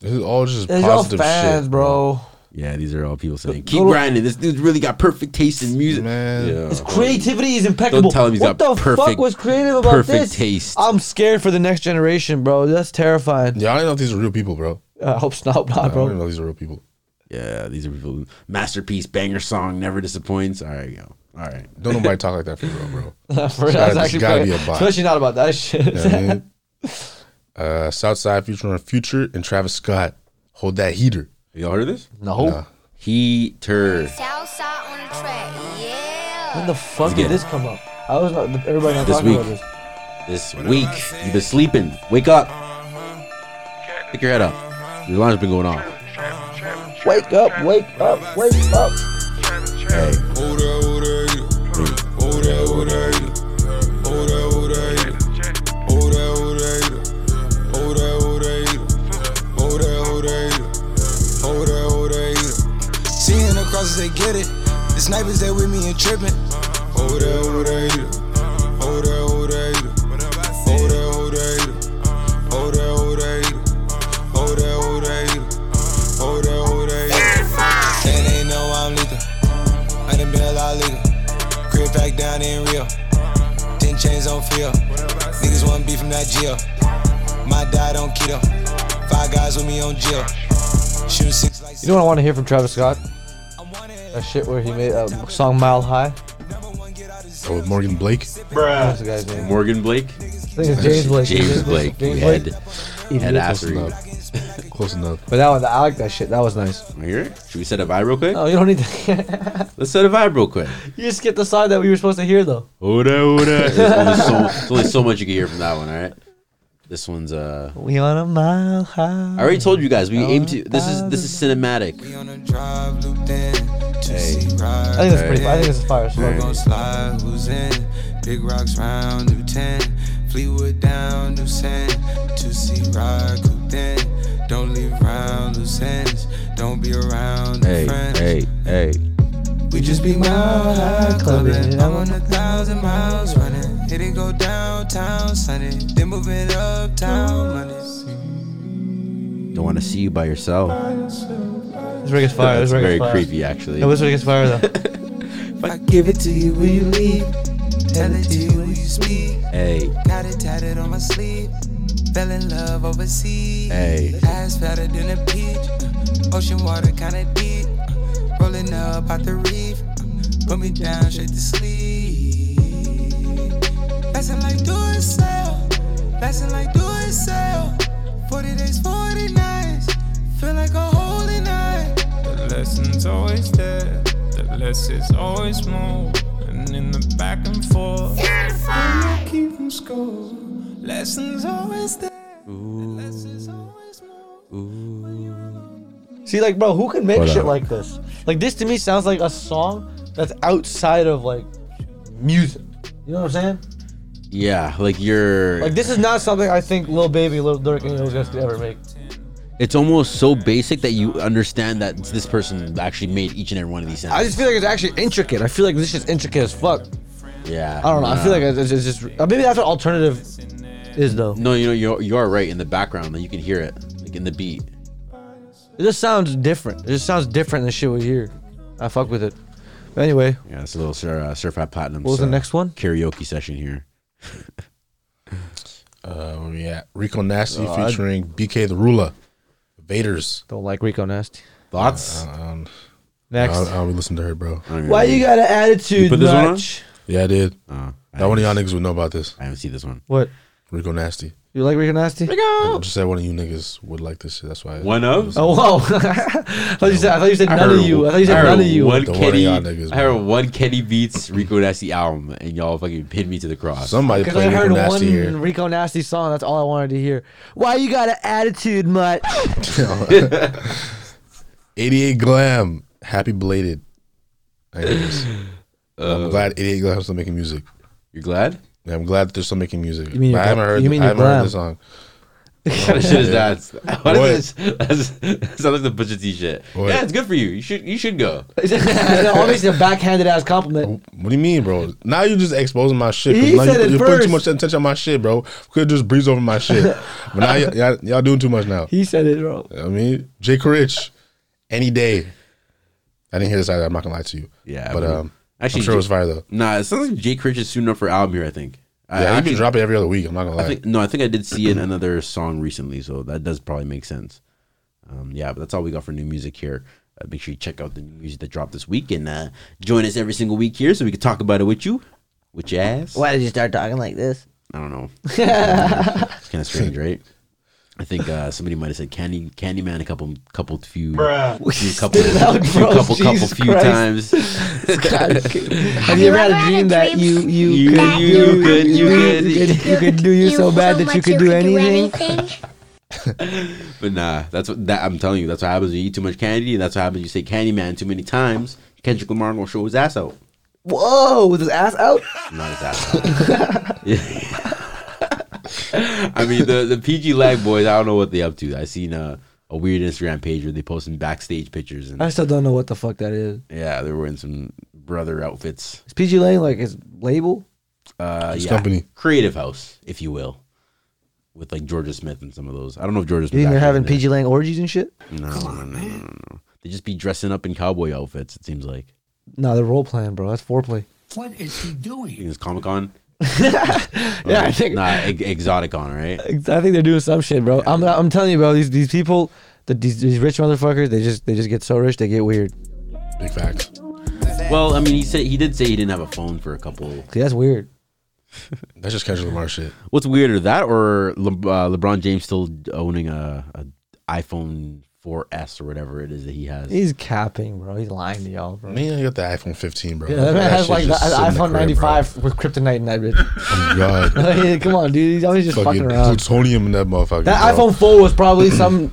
Speaker 4: This is all just
Speaker 3: It's all
Speaker 4: positive
Speaker 3: fans,
Speaker 4: shit,
Speaker 3: bro.
Speaker 1: Yeah, these are all people saying,
Speaker 3: Go
Speaker 1: "Keep
Speaker 3: to-
Speaker 1: grinding." This dude's really got perfect taste in music.
Speaker 4: Man.
Speaker 1: Yeah.
Speaker 3: His creativity is impeccable.
Speaker 1: Don't tell him he's
Speaker 3: what
Speaker 1: got
Speaker 3: the fuck
Speaker 1: perfect-
Speaker 3: was creative about
Speaker 1: perfect
Speaker 3: this?
Speaker 1: taste.
Speaker 3: I'm scared for the next generation, bro. That's terrifying. Uh,
Speaker 4: Yeah, I don't even know if these are real people, bro.
Speaker 3: I hope not,
Speaker 4: I
Speaker 3: not,
Speaker 4: don't even
Speaker 3: bro.
Speaker 4: know if these are real people.
Speaker 1: Yeah, these are people. Masterpiece, banger song, never disappoints. All right, yo. All right.
Speaker 4: Don't nobody talk like that for real, bro.
Speaker 3: For
Speaker 4: gotta-
Speaker 3: real, that's
Speaker 4: it's
Speaker 3: actually
Speaker 4: gotta
Speaker 3: pretty-
Speaker 4: be a bot.
Speaker 3: Especially not about that shit.
Speaker 4: You know what I mean? Uh, Southside Future on Future and Travis Scott. Hold that heater.
Speaker 1: Y'all heard of this?
Speaker 3: no.
Speaker 4: Nah.
Speaker 1: Heater.
Speaker 9: Southside on the track, yeah.
Speaker 3: When the fuck
Speaker 1: Again.
Speaker 3: did this come up? I was not. Everybody not
Speaker 1: This
Speaker 3: talking
Speaker 1: week.
Speaker 3: about this.
Speaker 1: This week, you've been sleeping. Wake up. Pick your head up. Your alarm's been going off.
Speaker 3: Wake up! Wake up! Wake up!
Speaker 1: Hey,
Speaker 5: Seeing the crosses, they get it. The snipers that with me and tripping. Hold that, hold that, hold that, hold that, hold that, hold that, hold that, hold that, hold that, hold that, hold that, hold that, hold that. And they know I'm lethal. I done been a lot legal. Crib back down in real. Ten chains on feel. Niggas want beef from that jail. My dad on keto. Five guys with me on jail. Shooting six like
Speaker 3: You know what I want to hear from Travis Scott? That shit where he made a song Mile High.
Speaker 4: Oh, with Morgan Blake.
Speaker 3: What's the guy's name?
Speaker 1: Morgan Blake.
Speaker 3: I think it's James Blake.
Speaker 1: James Blake.
Speaker 3: James
Speaker 1: James
Speaker 3: Blake.
Speaker 1: Head,
Speaker 3: Idiot.
Speaker 1: head ass.
Speaker 4: Close
Speaker 1: read.
Speaker 4: enough. Close enough.
Speaker 3: But that one, I like that shit. That was nice.
Speaker 1: Wanna hear it? Should we set a vibe real quick?
Speaker 3: No, you don't need to.
Speaker 1: Let's set a vibe real quick.
Speaker 3: you just get the song that we were supposed to hear though.
Speaker 1: Oda, Oda. There's only so, there's only so much you can hear from that one, all right? This one's, uh.
Speaker 3: We on a mile
Speaker 1: I
Speaker 3: high.
Speaker 1: already told you guys, we aim to. This is this is cinematic.
Speaker 5: We on the drive loop then to
Speaker 1: Hey.
Speaker 5: see
Speaker 3: I think
Speaker 5: ride.
Speaker 3: that's pretty. I think this is fire. as fuck.
Speaker 5: Gon' slide who's in big rocks round new ten. Fleetwood down new sand to see ride coop then. Don't leave round loose ends. Don't be around new
Speaker 1: Hey,
Speaker 5: friends.
Speaker 1: hey, hey.
Speaker 5: We just be mile high clubbing. I'm on a thousand miles running. Hit it go downtown sunny. Then moving uptown money.
Speaker 1: Don't want to see you by yourself.
Speaker 3: This record is fire.
Speaker 1: That's
Speaker 3: This record
Speaker 1: very
Speaker 3: is fire.
Speaker 1: creepy, actually.
Speaker 3: No, this record is fire though.
Speaker 5: I give it to you when you leave. Tell it to you when you speak.
Speaker 1: Hey,
Speaker 5: Got it tatted on my sleeve. Fell in love overseas.
Speaker 1: Hey.
Speaker 5: Ass fatter than a peach. Ocean water kinda deep. Rolling up out the reef. Put me down straight to sleep. Lesson like do it sell. Lesson like do it sell. 40 days, 40 nights. Feel like a holy night. The lesson's always there. The less is always more. And in the back and forth. I keep from school. Lessons always there. Lessons always more.
Speaker 3: See, like, bro, who can make
Speaker 1: Hold
Speaker 3: shit
Speaker 1: on.
Speaker 3: like this? Like, this to me sounds like a song that's outside of like music. You know what I'm saying?
Speaker 1: Yeah, like you're.
Speaker 3: Like this is not something I think Lil Baby, Lil Durk, and those guys could ever make.
Speaker 1: it's almost so basic that you understand that this person actually made each and every one of these
Speaker 3: I
Speaker 1: sounds.
Speaker 3: just feel like it's actually intricate. I feel like this is intricate as fuck.
Speaker 1: yeah,
Speaker 3: I don't know. I feel like it's, it's just uh, maybe that's what alternative is though.
Speaker 1: No, you know you you are right in the background. Like you can hear it, like in the beat.
Speaker 3: It just sounds different. It just sounds different than shit we hear. I fuck with it. But anyway,
Speaker 1: Yeah, it's a little Sir uh, Surf Hat Platinum.
Speaker 3: What was the next one?
Speaker 1: Karaoke session here.
Speaker 4: Uh, where we at? Rico Nasty
Speaker 3: Oh,
Speaker 4: featuring BK the Ruler, Vaders.
Speaker 3: don't like Rico Nasty.
Speaker 1: Thoughts?
Speaker 4: Um, I,
Speaker 3: Next.
Speaker 4: I don't listen to her, bro.
Speaker 3: uh, Why you got an attitude,
Speaker 1: put this one on?
Speaker 3: Notch?
Speaker 4: Yeah, I did.
Speaker 1: Uh, I,
Speaker 4: That one of y'all niggas would know about this.
Speaker 1: I haven't seen this one.
Speaker 3: What?
Speaker 4: Rico Nasty.
Speaker 3: You like Rico Nasty?
Speaker 4: I just said one of you niggas would like this shit. That's why.
Speaker 1: One of?
Speaker 3: Oh whoa! I thought you said I thought you said
Speaker 1: I
Speaker 3: none of
Speaker 1: heard-
Speaker 3: you. I thought you said
Speaker 1: I heard
Speaker 3: none of you.
Speaker 1: One
Speaker 4: Don't
Speaker 1: Kenny,
Speaker 4: worry, y'all niggas,
Speaker 1: I heard
Speaker 4: bro.
Speaker 1: one Kenny beats Rico Nasty album, and y'all fucking pinned me to the cross.
Speaker 4: Somebody
Speaker 3: Because I
Speaker 4: played
Speaker 3: heard
Speaker 4: Rico
Speaker 3: one
Speaker 4: Nasty here.
Speaker 3: Rico Nasty song. That's all I wanted to hear. Why you got an attitude, mutt?
Speaker 4: 88 Glam, Happy Belated. I hear this.
Speaker 1: Uh,
Speaker 4: I'm glad 88 Glam's still making music.
Speaker 1: You're glad?
Speaker 4: Yeah, I'm glad that they're still making music.
Speaker 3: mean
Speaker 4: But
Speaker 3: you're
Speaker 4: I haven't
Speaker 3: gla-
Speaker 4: heard.
Speaker 3: you
Speaker 4: You
Speaker 3: mean
Speaker 4: I
Speaker 3: you're
Speaker 4: haven't heard
Speaker 3: glam.
Speaker 4: this song.
Speaker 1: What kind of shit is that? What is
Speaker 4: What?
Speaker 1: this? That's, that sounds like the Pusha T shit.
Speaker 4: What?
Speaker 1: Yeah, it's good for you. You should you should go.
Speaker 3: Obviously, a backhanded ass compliment.
Speaker 4: What do you mean, bro? Now you're just exposing my shit. 'cause
Speaker 3: He
Speaker 4: now
Speaker 3: said
Speaker 4: you,
Speaker 3: it
Speaker 4: you're putting
Speaker 3: first.
Speaker 4: too much attention on my shit, bro. Could just breeze over my shit. but now y- y'all, y'all doing too much now.
Speaker 3: He said it, bro.
Speaker 4: I mean, Jay Rich, any day. I didn't hear this either. I'm not gonna lie to you.
Speaker 1: Yeah,
Speaker 4: but
Speaker 1: I mean,
Speaker 4: um,
Speaker 1: actually,
Speaker 4: I'm sure it was fire though.
Speaker 1: Nah, it sounds like Jay Critch is soon enough for album here. I think. I
Speaker 4: Yeah, I've
Speaker 1: actually-
Speaker 4: been dropping every other week. I'm not gonna lie.
Speaker 1: I think, no, I think I did see in another song recently, so that does probably make sense. Um, yeah, but that's all we got for new music here. Uh, make sure you check out the new music that dropped this week and uh, join us every single week here so we can talk about it with you, with your ass.
Speaker 3: Why did you start talking like this?
Speaker 1: I don't know. it's kind of strange, right? I think uh, somebody might have said Candy Candyman a couple, couple, few, few couple,
Speaker 3: Spit it out,
Speaker 1: few
Speaker 3: bro.
Speaker 1: couple, couple,
Speaker 3: Jesus
Speaker 1: few
Speaker 3: Christ.
Speaker 1: times.
Speaker 3: Have you ever had a dream that you you
Speaker 1: You-
Speaker 3: could
Speaker 1: you could- you could-
Speaker 3: you could do you so bad that you could do anything?
Speaker 1: But nah, that's what that I'm telling you. That's what happens when you eat too much candy. And that's what happens when you say Candyman too many times. Kendrick Lamar gonna show his ass out.
Speaker 3: Whoa, with his ass out?
Speaker 1: Not his ass out. Yeah. I mean the the PG lag boys. I don't know what they up to. I seen a, a weird Instagram page where they posting backstage pictures and
Speaker 3: I still don't know what the fuck that is.
Speaker 1: yeah, they were wearing some brother outfits.
Speaker 3: Is PG Lane like his label?
Speaker 1: Uh,
Speaker 4: His
Speaker 1: yeah.
Speaker 4: company.
Speaker 1: creative house, if you will, with like Georgia Smith and some of those. I don't know if Georgia
Speaker 3: You
Speaker 1: Smith.
Speaker 3: think they're
Speaker 1: actually
Speaker 3: having
Speaker 1: did.
Speaker 3: PG Lane orgies and shit?
Speaker 1: No, no, no, no, no, no. They just be dressing up in cowboy outfits. It seems like.
Speaker 3: No, they're role playing, bro. That's foreplay.
Speaker 1: I think it's Comic Con.
Speaker 3: Yeah, I think
Speaker 1: Nah, ex- Exoticon, right?
Speaker 3: I think they're doing some shit, bro. I'm I'm telling you, bro. These these people, the, these these rich motherfuckers, they just they just get so rich they get weird.
Speaker 4: Big facts.
Speaker 1: Well, I mean, he said he did say he didn't have a phone for a couple.
Speaker 3: See, that's weird.
Speaker 4: That's just Kendrick Lamar shit.
Speaker 1: What's weirder, that or Le- uh, LeBron James still owning a, a iPhone 4S or whatever it is that he has?
Speaker 3: He's capping, bro. He's lying to y'all, bro.
Speaker 4: Man, I got the iPhone 15, bro.
Speaker 3: Yeah, that man has
Speaker 4: shit
Speaker 3: like the,
Speaker 4: just
Speaker 3: an
Speaker 4: sit in
Speaker 3: iPhone
Speaker 4: crib, bro.
Speaker 3: 95 with kryptonite in that bitch.
Speaker 4: Oh my God.
Speaker 3: Like, come on, dude. He's always just fucking,
Speaker 4: Fucking
Speaker 3: around.
Speaker 4: plutonium in that motherfucker.
Speaker 3: That
Speaker 4: bro.
Speaker 3: iPhone 4 was probably some.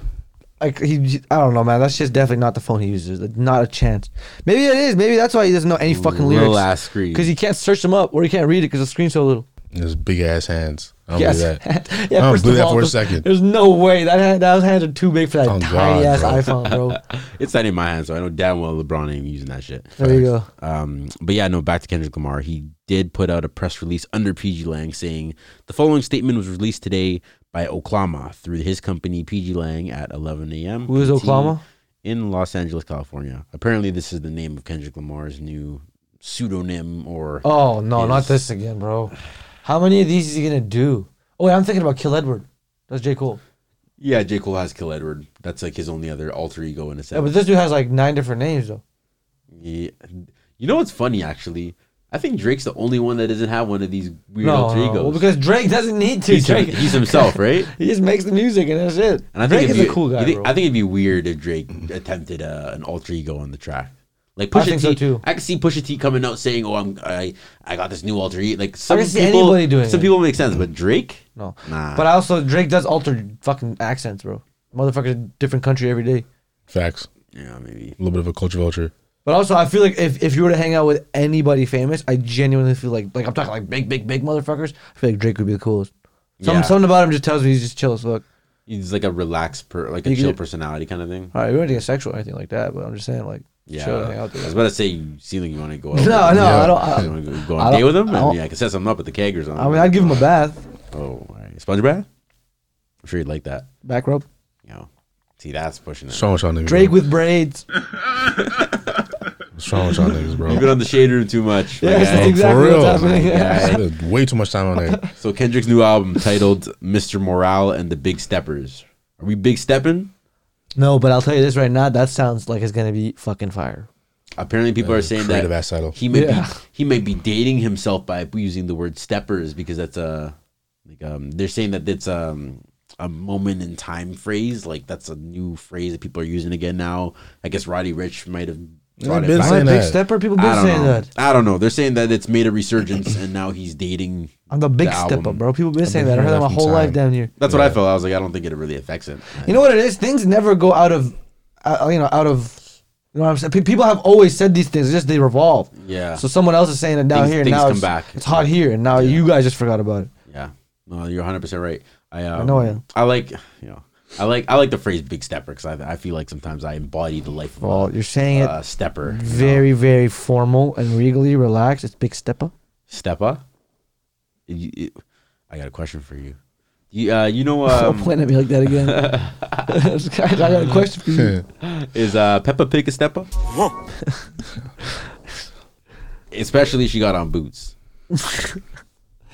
Speaker 3: Like he, I don't know, man. That's just definitely not the phone he uses. Like, Not a chance. Maybe it is. Maybe that's why he doesn't know any fucking
Speaker 1: Little
Speaker 3: lyrics.
Speaker 1: ass screen.
Speaker 3: Because he can't search them up or he can't read it because the screen's so little.
Speaker 4: His big ass hands. I don't
Speaker 3: Yes.
Speaker 4: believe that.
Speaker 3: yeah,
Speaker 4: I don't
Speaker 3: first
Speaker 4: believe
Speaker 3: of
Speaker 4: that
Speaker 3: all,
Speaker 4: for a
Speaker 3: there's-
Speaker 4: second.
Speaker 3: There's no way that hand, those hands are too big for that
Speaker 4: Oh,
Speaker 3: tiny ass
Speaker 4: God,
Speaker 3: iPhone, bro.
Speaker 1: It's not in my hand, so I know damn well LeBron ain't using that shit.
Speaker 3: There you go.
Speaker 1: Um, but yeah, no, back to Kendrick Lamar. He did put out a press release under PG Lang saying the following statement was released today by Oklama through his company PG Lang at 11 a.m.
Speaker 3: Who is
Speaker 1: PT
Speaker 3: Oklama?
Speaker 1: In Los Angeles, California. Apparently, this is the name of Kendrick Lamar's new pseudonym or.
Speaker 3: Oh no, not
Speaker 1: Yes.
Speaker 3: this again, bro. How many of these is he gonna do? Oh wait, I'm thinking about Kill Edward. That's J Cole.
Speaker 1: Yeah, J. Cole has Kill Edward. That's like his only other alter ego in a
Speaker 3: Yeah,
Speaker 1: sense.
Speaker 3: but this dude has like nine different names though.
Speaker 1: Yeah. You know what's funny, actually? I think Drake's the only one that doesn't have one of these weird
Speaker 3: No,
Speaker 1: alter
Speaker 3: no.
Speaker 1: egos.
Speaker 3: Well, because Drake doesn't need to.
Speaker 1: he's, him-
Speaker 3: Drake,
Speaker 1: he's himself, right?
Speaker 3: he just makes the music and that's it.
Speaker 1: And I
Speaker 3: Drake
Speaker 1: think it'd
Speaker 3: is
Speaker 1: be-
Speaker 3: a cool guy,
Speaker 1: you think-
Speaker 3: bro.
Speaker 1: I think it'd be weird if Drake attempted uh, an alter ego on the track. Like
Speaker 3: I
Speaker 1: Pusha
Speaker 3: think
Speaker 1: T,
Speaker 3: so, too.
Speaker 1: I can see Pusha T coming out saying, "Oh, I'm I, I got this new alter ego." Like some
Speaker 3: can see
Speaker 1: people,
Speaker 3: anybody doing
Speaker 1: some
Speaker 3: it.
Speaker 1: people make sense, but Drake,
Speaker 3: no,
Speaker 1: Nah.
Speaker 3: but I also Drake does alter fucking accents, bro. Motherfucker, different country every day.
Speaker 4: Facts.
Speaker 1: yeah, maybe.
Speaker 4: A little bit of a culture vulture.
Speaker 3: But also, I feel like if, if you were to hang out with anybody famous, I genuinely feel like like I'm talking like big, big, big motherfuckers. I feel like Drake would be the coolest. Something,
Speaker 1: Yeah.
Speaker 3: something about him just tells me he's just chill as fuck.
Speaker 1: He's like a relaxed, per, like a
Speaker 3: You
Speaker 1: chill
Speaker 3: could-
Speaker 1: personality kind of thing.
Speaker 3: All right, we weren't getting sexual or anything like that, but I'm just saying like
Speaker 1: Yeah,
Speaker 3: chill, hang out
Speaker 1: I was
Speaker 3: together.
Speaker 1: about to say you seem like you want to go. Out with him. You
Speaker 3: No, no, I don't. I,
Speaker 1: wanna go- go
Speaker 3: I
Speaker 1: on a date
Speaker 3: don't-
Speaker 1: with him?
Speaker 3: I
Speaker 1: I,
Speaker 3: don't-
Speaker 1: mean, I could set something up with the keggers on.
Speaker 3: I mean, I'd give him a bath,
Speaker 1: Oh, all right. sponge bath. I'm sure you'd like that.
Speaker 3: back rub,
Speaker 1: You know, see, that's pushing it.
Speaker 4: What's wrong with y'all niggas?
Speaker 3: Drake
Speaker 4: bro?
Speaker 3: with braids.
Speaker 4: What's wrong with y'all niggas, bro?
Speaker 1: You've been on the shade room too much. my
Speaker 3: Yeah,
Speaker 1: guy.
Speaker 3: that's exactly
Speaker 4: real.
Speaker 3: what's happening.
Speaker 1: Yeah.
Speaker 4: Spent Way too much time on that.
Speaker 1: So Kendrick's new album titled "Mr. Morale and the Big Steppers." Are we big stepping?
Speaker 3: No, but I'll tell you this right now. That sounds like it's gonna be fucking fire.
Speaker 1: Apparently, people
Speaker 4: Uh,
Speaker 1: are saying
Speaker 4: creative
Speaker 1: that
Speaker 4: ass title.
Speaker 1: he may
Speaker 3: Yeah.
Speaker 1: be he may be dating himself by using the word steppers because that's a like um they're saying that it's um a moment in time phrase like that's a new phrase that people are using again now. I guess Roddy Rich might have brought it
Speaker 4: been
Speaker 1: back.
Speaker 3: I'm a
Speaker 4: saying
Speaker 3: big
Speaker 4: that.
Speaker 3: stepper. People been
Speaker 1: I don't
Speaker 3: saying
Speaker 1: know.
Speaker 3: that.
Speaker 1: I don't know. They're saying that it's made a resurgence and now he's dating.
Speaker 3: I'm the big
Speaker 1: The
Speaker 3: stepper,
Speaker 1: album.
Speaker 3: bro. People been saying that. I
Speaker 4: hearing
Speaker 3: heard that
Speaker 4: that
Speaker 3: my
Speaker 4: from
Speaker 3: whole life
Speaker 4: time.
Speaker 3: down here.
Speaker 1: That's what I felt. I was like, I don't think it really affects it.
Speaker 3: You know what it is? Things never go out of, uh, you know, out of. You know what I'm saying? Pe- People have always said these things. It's just they revolve.
Speaker 1: Yeah.
Speaker 3: So someone else is saying it down
Speaker 1: Things-
Speaker 3: here, and
Speaker 1: things
Speaker 3: now
Speaker 1: come
Speaker 3: it's,
Speaker 1: back.
Speaker 3: it's hot here, and now you guys just forgot about it.
Speaker 1: Yeah, no, you're 100 percent right. I, um,
Speaker 3: know I am.
Speaker 1: I like you know, I like I like the phrase "big stepper" because I, I feel like sometimes I embody the life of
Speaker 3: Well,
Speaker 1: a,
Speaker 3: you're saying it
Speaker 1: a stepper. Uh, you know.
Speaker 3: very, very formal and regally relaxed. It's big stepper.
Speaker 1: stepper. You- you- I got a question for you. You uh, you know
Speaker 3: Don't
Speaker 1: um,
Speaker 3: point at me like that again. I got a question for you.
Speaker 1: is uh, Peppa Pig a stepper? Especially she got on boots. I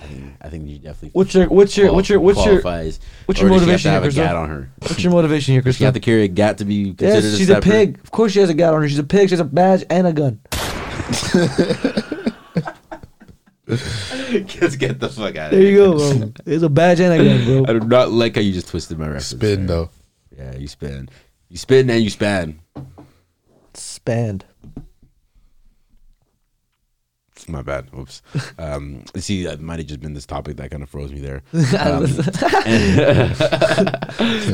Speaker 1: think, I think you definitely.
Speaker 3: What's your what's your what's your what's your
Speaker 1: qualifies.
Speaker 3: what's your
Speaker 1: Or does
Speaker 3: motivation
Speaker 1: She have
Speaker 3: here,
Speaker 1: to have a
Speaker 3: Crystal?
Speaker 1: gat on her.
Speaker 3: what's your motivation here,
Speaker 1: She
Speaker 3: Christian?
Speaker 1: have to carry a gat to be considered
Speaker 3: Yes,
Speaker 1: a
Speaker 3: she's
Speaker 1: stepper.
Speaker 3: a pig. Of course, she has a gat on her. She's a pig. She has a badge and a gun.
Speaker 1: Let's get the fuck out of
Speaker 3: There
Speaker 1: here.
Speaker 3: you go, bro. It's a badge and a gun, bro.
Speaker 1: I do not like how you just twisted my reference.
Speaker 4: Spin
Speaker 1: there.
Speaker 4: though.
Speaker 1: Yeah, you spin. You spin and you span.
Speaker 3: Spanned.
Speaker 1: My bad. Oops. Um, see, that might have just been this topic that kind of froze me there. Um,
Speaker 3: That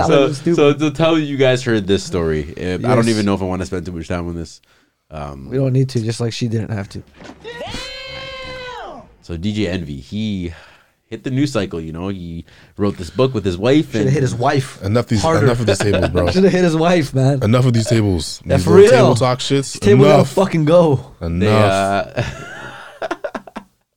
Speaker 1: so,
Speaker 3: was stupid.
Speaker 1: so to tell you guys heard this story. If- I don't
Speaker 3: Yes.
Speaker 1: even know if I want to spend too much time on this.
Speaker 3: we don't need to, just like she didn't have to.
Speaker 1: So DJ Envy, he hit the news cycle. You know, he wrote this book with his wife
Speaker 3: Should
Speaker 1: and
Speaker 3: have hit his wife.
Speaker 4: Enough these.
Speaker 3: Harder.
Speaker 4: Enough of these tables, bro.
Speaker 3: Should have hit his wife, man.
Speaker 4: Enough of these tables.
Speaker 3: Yeah,
Speaker 4: These
Speaker 3: for
Speaker 4: little
Speaker 3: real.
Speaker 4: Table talk shits.
Speaker 3: Table gotta
Speaker 4: enough.
Speaker 3: fucking go.
Speaker 1: They,
Speaker 4: enough.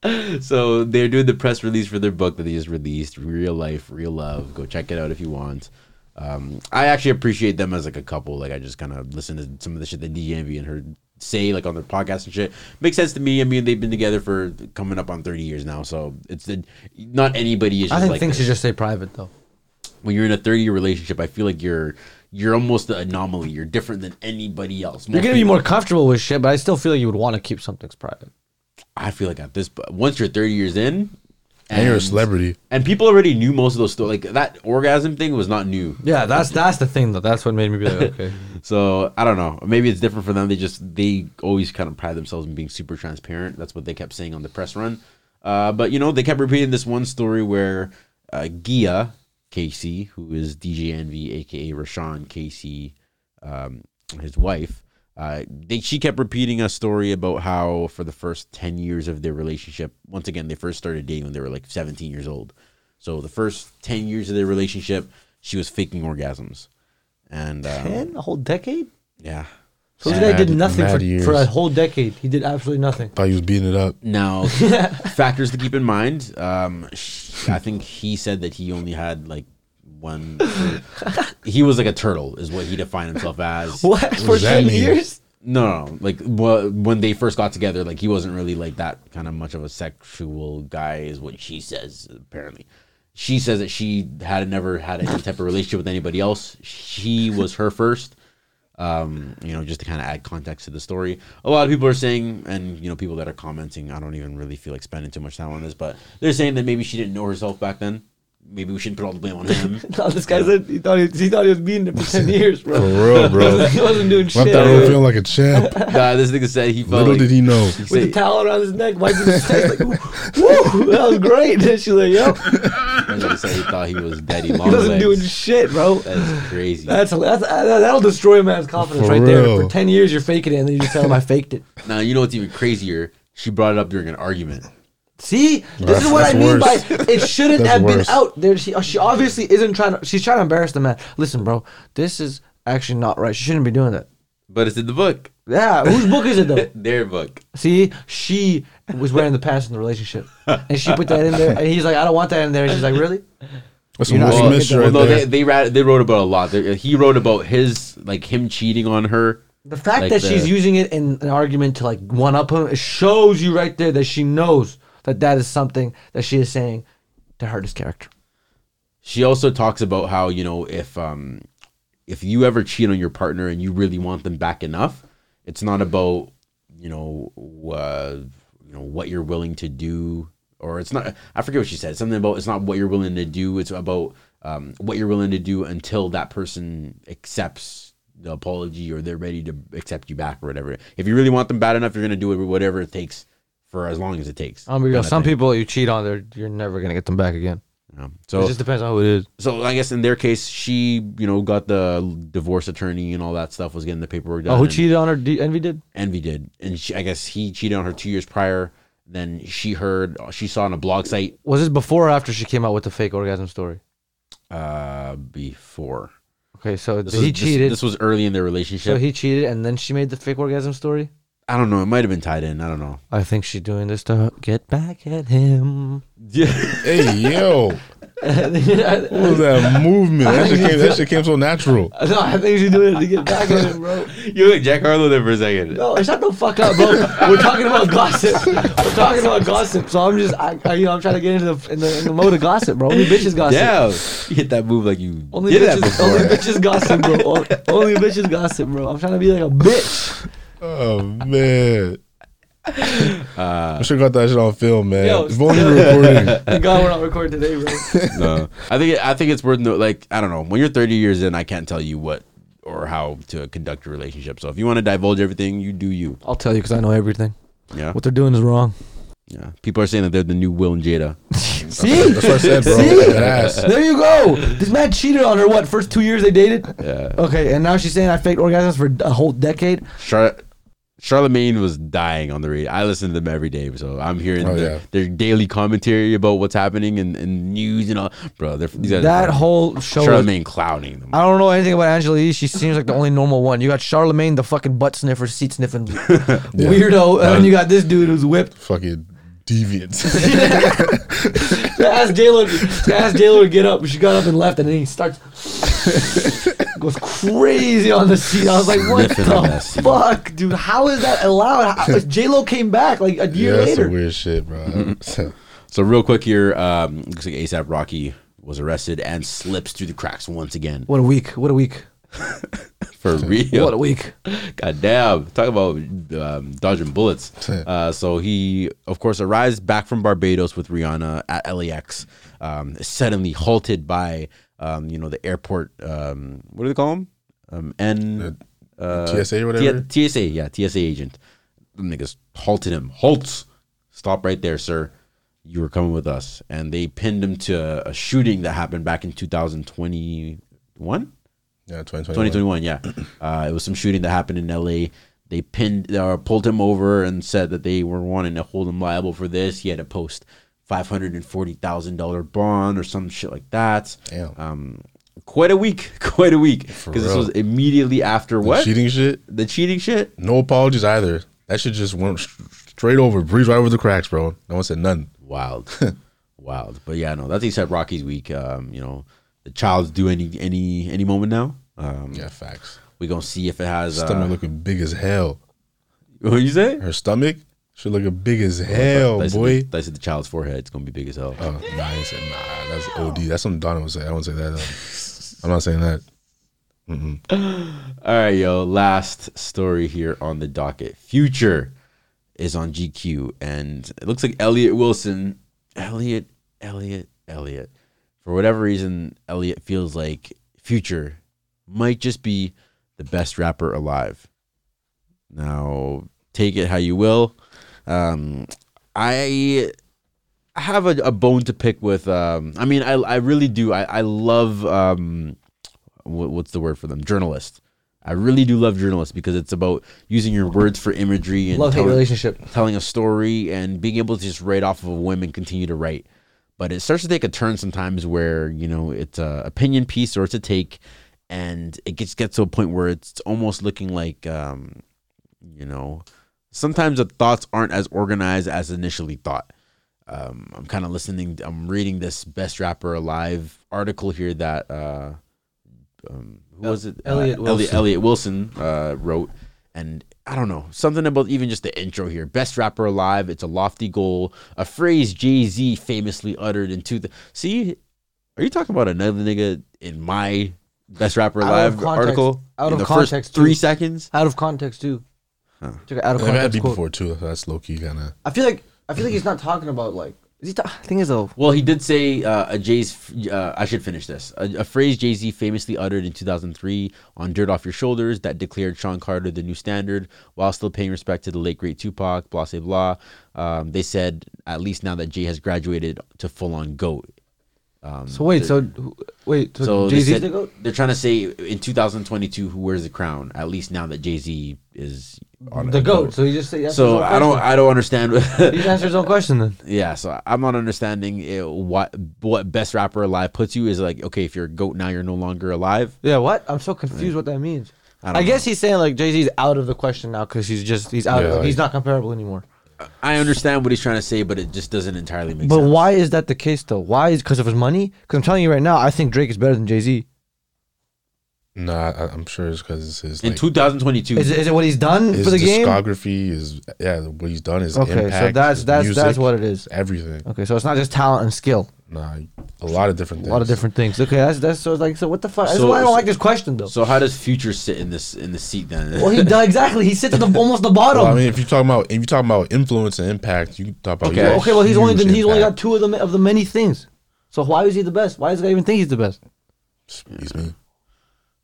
Speaker 1: uh, so they're doing the press release for their book that they just released, Real Life, Real Love. Go check it out if you want. Um, I actually appreciate them as like a couple. Like I just kind of listen to some of the shit that DJ Envy and her say, like on their podcast and shit. Makes sense to me. I mean, they've been together for coming up on thirty years now, so it's the, not anybody is. Just
Speaker 3: I think
Speaker 1: like
Speaker 3: things
Speaker 1: this
Speaker 3: should just stay private though.
Speaker 1: when you're in a 30 year relationship, I feel like you're you're almost an anomaly. You're different than anybody else.
Speaker 3: You're
Speaker 1: Most
Speaker 3: gonna be
Speaker 1: people-
Speaker 3: more comfortable with shit, but I still feel like you would want to keep some things private.
Speaker 1: I feel like at this, but once you're 30 years in,
Speaker 4: and you're a celebrity.
Speaker 1: and people already knew most of those stories. Like that orgasm thing was not new.
Speaker 3: Yeah, that's that's the thing though. That's what made me be like, okay.
Speaker 1: So I don't know. Maybe it's different for them. They just they always kind of pride themselves in being super transparent. That's what they kept saying on the press run. Uh, but you know, they kept repeating this one story where uh, Gia Casey, who is DJ Envy, aka Rashawn Casey, um, his wife, uh, they, she kept repeating a story about how for the first ten years of their relationship, once again, they first started dating when they were like seventeen years old. So the first ten years of their relationship, she was faking orgasms. And um,
Speaker 3: Man, a whole decade?
Speaker 1: yeah.
Speaker 3: So this guy did
Speaker 4: Mad-
Speaker 3: nothing
Speaker 4: mad
Speaker 3: for,
Speaker 4: years.
Speaker 3: for a whole decade. He did absolutely nothing.
Speaker 4: Thought you was beating it up.
Speaker 1: Now, factors to keep in mind. Um, sh- I think he said that he only had like one. he was like a turtle, is what he defined himself as.
Speaker 3: What? For
Speaker 4: does that
Speaker 3: ten
Speaker 4: mean?
Speaker 3: years?
Speaker 1: No, no, like wha- when they first got together, like he wasn't really like that kind of much of a sexual guy, is what she says. Apparently, she says that she had never had any type of relationship with anybody else. She was her first. Um, you know, just to kind of add context to the story, a lot of people are saying, and you know, people that are commenting, I don't even really feel like spending too much time on this, but they're saying that maybe she didn't know herself back then. maybe we shouldn't put all the blame on him.
Speaker 3: No, this guy said he thought he, he thought he was beating it for ten years,
Speaker 4: For
Speaker 3: bro.
Speaker 4: real, bro.
Speaker 3: he wasn't doing
Speaker 4: Left
Speaker 3: shit.
Speaker 4: that room feeling like a champ.
Speaker 1: nah, this nigga said he felt
Speaker 4: Little
Speaker 1: like,
Speaker 4: did he know.
Speaker 1: he
Speaker 3: With the
Speaker 1: said,
Speaker 3: towel around his neck, wiping his face, like, woo, that was great. And she's like, yo,
Speaker 1: this nigga said he thought he was daddy
Speaker 3: he
Speaker 1: long
Speaker 3: wasn't doing
Speaker 1: legs.
Speaker 3: shit, bro.
Speaker 1: That's crazy.
Speaker 3: That's, that's uh, that'll destroy a man's confidence
Speaker 4: For
Speaker 3: right there.
Speaker 4: real.
Speaker 3: For ten years, you're faking it, and then you just tell him I faked it.
Speaker 1: now you know what's even crazier? She brought it up during an argument.
Speaker 3: See, this
Speaker 4: that's-
Speaker 3: is what I
Speaker 4: that's
Speaker 3: mean
Speaker 4: worse.
Speaker 3: by it shouldn't
Speaker 4: That's
Speaker 3: have
Speaker 4: worse.
Speaker 3: been out there. She, she obviously isn't trying to. She's trying to embarrass the man. Listen, bro, this is actually not right. She shouldn't be doing that.
Speaker 1: But it's in the book.
Speaker 3: Yeah, whose book is it though?
Speaker 1: Their book.
Speaker 3: See, she was wearing the pants in the relationship, and she put that in there, and he's like, I don't want that in there. And she's like, really?
Speaker 4: That's some
Speaker 3: You're not
Speaker 4: Will
Speaker 3: gonna
Speaker 4: Smith
Speaker 3: get
Speaker 4: shit
Speaker 3: that.
Speaker 4: right
Speaker 1: Although they
Speaker 4: there.
Speaker 1: they, ra- they wrote about a lot. They- he wrote about his like him cheating on her.
Speaker 3: The fact
Speaker 1: Like
Speaker 3: that she's
Speaker 1: the-
Speaker 3: using it in an argument to like one up him it shows you right there that she knows that that is something that she is saying to hurt his character.
Speaker 1: She also talks about how you know if um if you ever cheat on your partner and you really want them back enough, it's not about you know uh, you know what you're willing to do or it's not I forget what she said something about it's not what you're willing to do it's about um, what you're willing to do until that person accepts the apology or they're ready to accept you back or whatever. If you really want them bad enough, you're gonna do it whatever it takes for as long as it takes.
Speaker 3: Um,
Speaker 1: kinda
Speaker 3: some
Speaker 1: thing.
Speaker 3: people you cheat on, they're, you're never gonna get them back again.
Speaker 1: You know, So
Speaker 3: it just depends on who it is.
Speaker 1: so I guess in their case, she you know got the divorce attorney and all that stuff was getting the paperwork done.
Speaker 3: Oh, who
Speaker 1: and
Speaker 3: cheated on her? D- Envy did.
Speaker 1: Envy did, and she, I guess he cheated on her two years prior. Then she heard she saw on a blog site
Speaker 3: Was this before or after she came out with the fake orgasm story?
Speaker 1: uh before
Speaker 3: Okay, so
Speaker 1: This
Speaker 3: he
Speaker 1: was- this-
Speaker 3: cheated.
Speaker 1: This, was early in their
Speaker 3: so
Speaker 1: relationship.
Speaker 3: he cheated, and then she made the fake orgasm story.
Speaker 1: I don't know. It might have been tied in. I don't know.
Speaker 3: I think she's doing this to get back at him.
Speaker 1: Yeah,
Speaker 4: Hey, yo.
Speaker 3: no,
Speaker 4: What was that movement? That shit came, that shit came so natural.
Speaker 3: I think she's doing it to get back at him, bro.
Speaker 1: you look Jack Harlow there for a second.
Speaker 3: No, shut the fuck up, bro. We're talking about gossip. We're talking about gossip. So I'm just, I, I, you know, I'm trying to get into the in the, in the mode of gossip, bro. Only bitches gossip.
Speaker 1: Damn, you hit that move like you
Speaker 3: Only
Speaker 1: did that
Speaker 3: bitches, only
Speaker 1: before.
Speaker 3: bitches gossip, bro. O- Only bitches gossip, bro. I'm trying to be like a bitch.
Speaker 4: Oh, man. I'm sure got that shit on film, man.
Speaker 3: Uh, Yo,
Speaker 4: if only we were recording.
Speaker 3: Thank God we're not recording today, bro.
Speaker 1: no, Uh, I think I think it's worth no, like I don't know when you're 30 years in, I can't tell you what or how to conduct your relationship. So if you want to divulge everything, you do you.
Speaker 3: I'll tell you because I know everything.
Speaker 1: Yeah,
Speaker 3: What they're doing is wrong.
Speaker 1: yeah. People are saying that they're the new Will and Jada.
Speaker 3: See?
Speaker 4: That's what I said, bro.
Speaker 3: See?
Speaker 4: That ass.
Speaker 3: There you go. This man cheated on her. What first two years they dated?
Speaker 1: Yeah,
Speaker 3: Okay, and now she's saying I faked orgasms for a whole decade.
Speaker 1: Char- Charlemagne was dying on the radio. I listen to them every day, so I'm hearing
Speaker 4: Oh,
Speaker 1: their,
Speaker 4: yeah.
Speaker 1: their daily commentary about what's happening and, and news and all. Bro, they're, these guys
Speaker 3: That
Speaker 1: are-
Speaker 3: whole show. was-
Speaker 1: Charlemagne clowning them.
Speaker 3: I don't know anything about Angela Yee. She seems like the only normal one. You got Charlemagne, the fucking butt sniffer, seat sniffing weirdo, and then you got this dude who's whipped.
Speaker 4: Fucking deviant.
Speaker 3: Ask Jalen. Ask Jalen to get up. She got up and left, and then he starts goes crazy on the seat. I was like, what
Speaker 1: Sniffing on
Speaker 3: the
Speaker 1: that seat.
Speaker 3: fuck, dude? How is that allowed? J Lo came back like a
Speaker 4: yeah,
Speaker 3: year
Speaker 4: that's
Speaker 3: later.
Speaker 4: some weird shit, bro.
Speaker 1: So real quick here, um, looks like ASAP Rocky was arrested and slips through the cracks once again.
Speaker 3: What a week! What a week!
Speaker 1: For real.
Speaker 3: What a week!
Speaker 1: God damn. Talk about um, dodging bullets. Uh, so he, of course, arrives back from Barbados with Rihanna at LAX, um, suddenly halted by, um, you know, the airport. Um, what do they call him? Um, N. Uh,
Speaker 4: TSA or whatever?
Speaker 1: T- TSA, yeah, TSA agent. Them niggas halted him. Halt! Stop right there, sir. You were coming with us. And they pinned him to a shooting that happened back in 2021?
Speaker 4: Yeah,
Speaker 1: 2021,
Speaker 4: 2021.
Speaker 1: yeah. Uh, it was some shooting that happened in LA. They pinned or pulled him over and said that they were wanting to hold him liable for this. He had to post $540,000 bond or some shit like that.
Speaker 4: Damn.
Speaker 1: Um, quite a week. Quite a week. Because this
Speaker 4: real.
Speaker 1: was immediately after what?
Speaker 4: Cheating shit?
Speaker 1: the cheating shit?
Speaker 4: No apologies either. That shit just went sh- straight over, breeze right over the cracks, bro. No one said nothing.
Speaker 1: wild wild but yeah no that's he said rocky's week um you know the child's due any any any moment now um
Speaker 4: Yeah, facts.
Speaker 1: we gonna see if it has
Speaker 4: Stomach
Speaker 1: uh,
Speaker 4: looking big as hell.
Speaker 1: what you say
Speaker 4: Her stomach should looking big as hell,
Speaker 1: That's
Speaker 4: Oh, boy.
Speaker 1: the, that's the child's forehead it's gonna be big as hell
Speaker 4: Oh, nah, I ain't saying, nah, that's OD. That's something Donna would say. I won't say that. Though. I'm not saying that.
Speaker 1: all right yo last story here on the docket future is on gq and it looks like elliot wilson elliot elliot elliot for whatever reason, Elliot feels like Future might just be the best rapper alive. Now, take it how you will. Um, I have a, a bone to pick with. Um, I mean, I, I really do. I, I love, um, what, what's the word for them? Journalists. I really do love journalists because it's about using your words for imagery and
Speaker 3: Love hate
Speaker 1: telling-
Speaker 3: relationship.
Speaker 1: telling a story and being able to just write off of a whim and continue to write. But it starts to take a turn sometimes where you know it's a opinion piece or it's a take, and it gets gets to a point where it's almost looking like um, you know sometimes the thoughts aren't as organized as initially thought. Um, I'm kind of listening. I'm reading this best rapper alive article here that uh, um, who was it?
Speaker 3: Elliot
Speaker 1: uh,
Speaker 3: Wilson.
Speaker 1: Elliot Wilson uh, wrote, and I don't know something about even just the intro here. Best rapper alive. It's a lofty goal, a phrase Jay Z famously uttered in two. See, are you talking about another nigga in my best rapper
Speaker 3: Out of
Speaker 1: alive
Speaker 3: context.
Speaker 1: article?
Speaker 3: Out
Speaker 1: in
Speaker 3: of
Speaker 1: the
Speaker 3: context,
Speaker 1: first three
Speaker 3: too.
Speaker 1: seconds.
Speaker 3: Out of context too. Took it out of
Speaker 4: I've had
Speaker 3: context
Speaker 4: beat
Speaker 3: quote.
Speaker 4: before too. so That's low key kind of.
Speaker 3: I feel like I feel like he's not talking about like. Is he ta- thing is though.
Speaker 1: Well, he did say uh, a Jay's. Uh, I should finish this. A, a phrase Jay Z famously uttered in 2003 on "Dirt Off Your Shoulders" that declared Sean Carter the new standard, while still paying respect to the late great Tupac. Blah say blah. Um, they said at least now that Jay has graduated to full on goat.
Speaker 3: So wait, so who- wait, so,
Speaker 1: So
Speaker 3: Jay
Speaker 1: they
Speaker 3: Z
Speaker 1: said, they're trying to say in 2022 who wears the crown. At least now that Jay Z is on
Speaker 3: the
Speaker 1: a
Speaker 3: goat. So he just said yes.
Speaker 1: So I don't. I don't understand.
Speaker 3: He just answered his own question then.
Speaker 1: yeah so i'm not understanding it, what what best rapper alive puts you is like okay if you're a goat now you're no longer alive
Speaker 3: Yeah, what? I'm so confused what that means.
Speaker 1: I
Speaker 3: I,
Speaker 1: don't
Speaker 3: guess he's saying like Jay Z's out of the question now because he's just he's out.
Speaker 4: Yeah,
Speaker 3: of,
Speaker 4: like-
Speaker 3: he's not comparable anymore.
Speaker 1: i understand what he's trying to say but it just doesn't entirely make
Speaker 3: But
Speaker 1: sense
Speaker 3: why is that the case though? Why is because of his money? Because I'm telling you right now, I think Drake is better than Jay Z.
Speaker 4: Nah, I, I'm sure it's because it's his
Speaker 1: in
Speaker 4: like,
Speaker 1: 2022
Speaker 3: Is, it- is it what he's done
Speaker 4: his
Speaker 3: for the game?
Speaker 4: discography is yeah. What he's done is
Speaker 3: Okay,
Speaker 4: impact.
Speaker 3: so that's
Speaker 4: his
Speaker 3: that's
Speaker 4: music,
Speaker 3: that's what it is.
Speaker 4: Everything.
Speaker 3: Okay, so it's not just talent and skill.
Speaker 4: Nah, a lot of different.
Speaker 3: A
Speaker 4: things.
Speaker 3: lot of different things. Okay, that's that's so it's like so. What the fuck? That's
Speaker 1: So-
Speaker 3: why I don't
Speaker 1: so-
Speaker 3: like this question though.
Speaker 1: so how does future sit in this in the seat then
Speaker 3: well, he does exactly. He sits at the almost the bottom.
Speaker 4: Well, I mean, if you're talking about if you're talking about influence and impact, you can talk about
Speaker 1: Okay.
Speaker 4: yeah,
Speaker 1: Well,
Speaker 3: okay, well he's only
Speaker 4: huge
Speaker 3: done, he's only got
Speaker 4: impact.
Speaker 3: two of the ma- of the many things. So why is he the best? Why does he even think he's the best?
Speaker 4: Excuse me.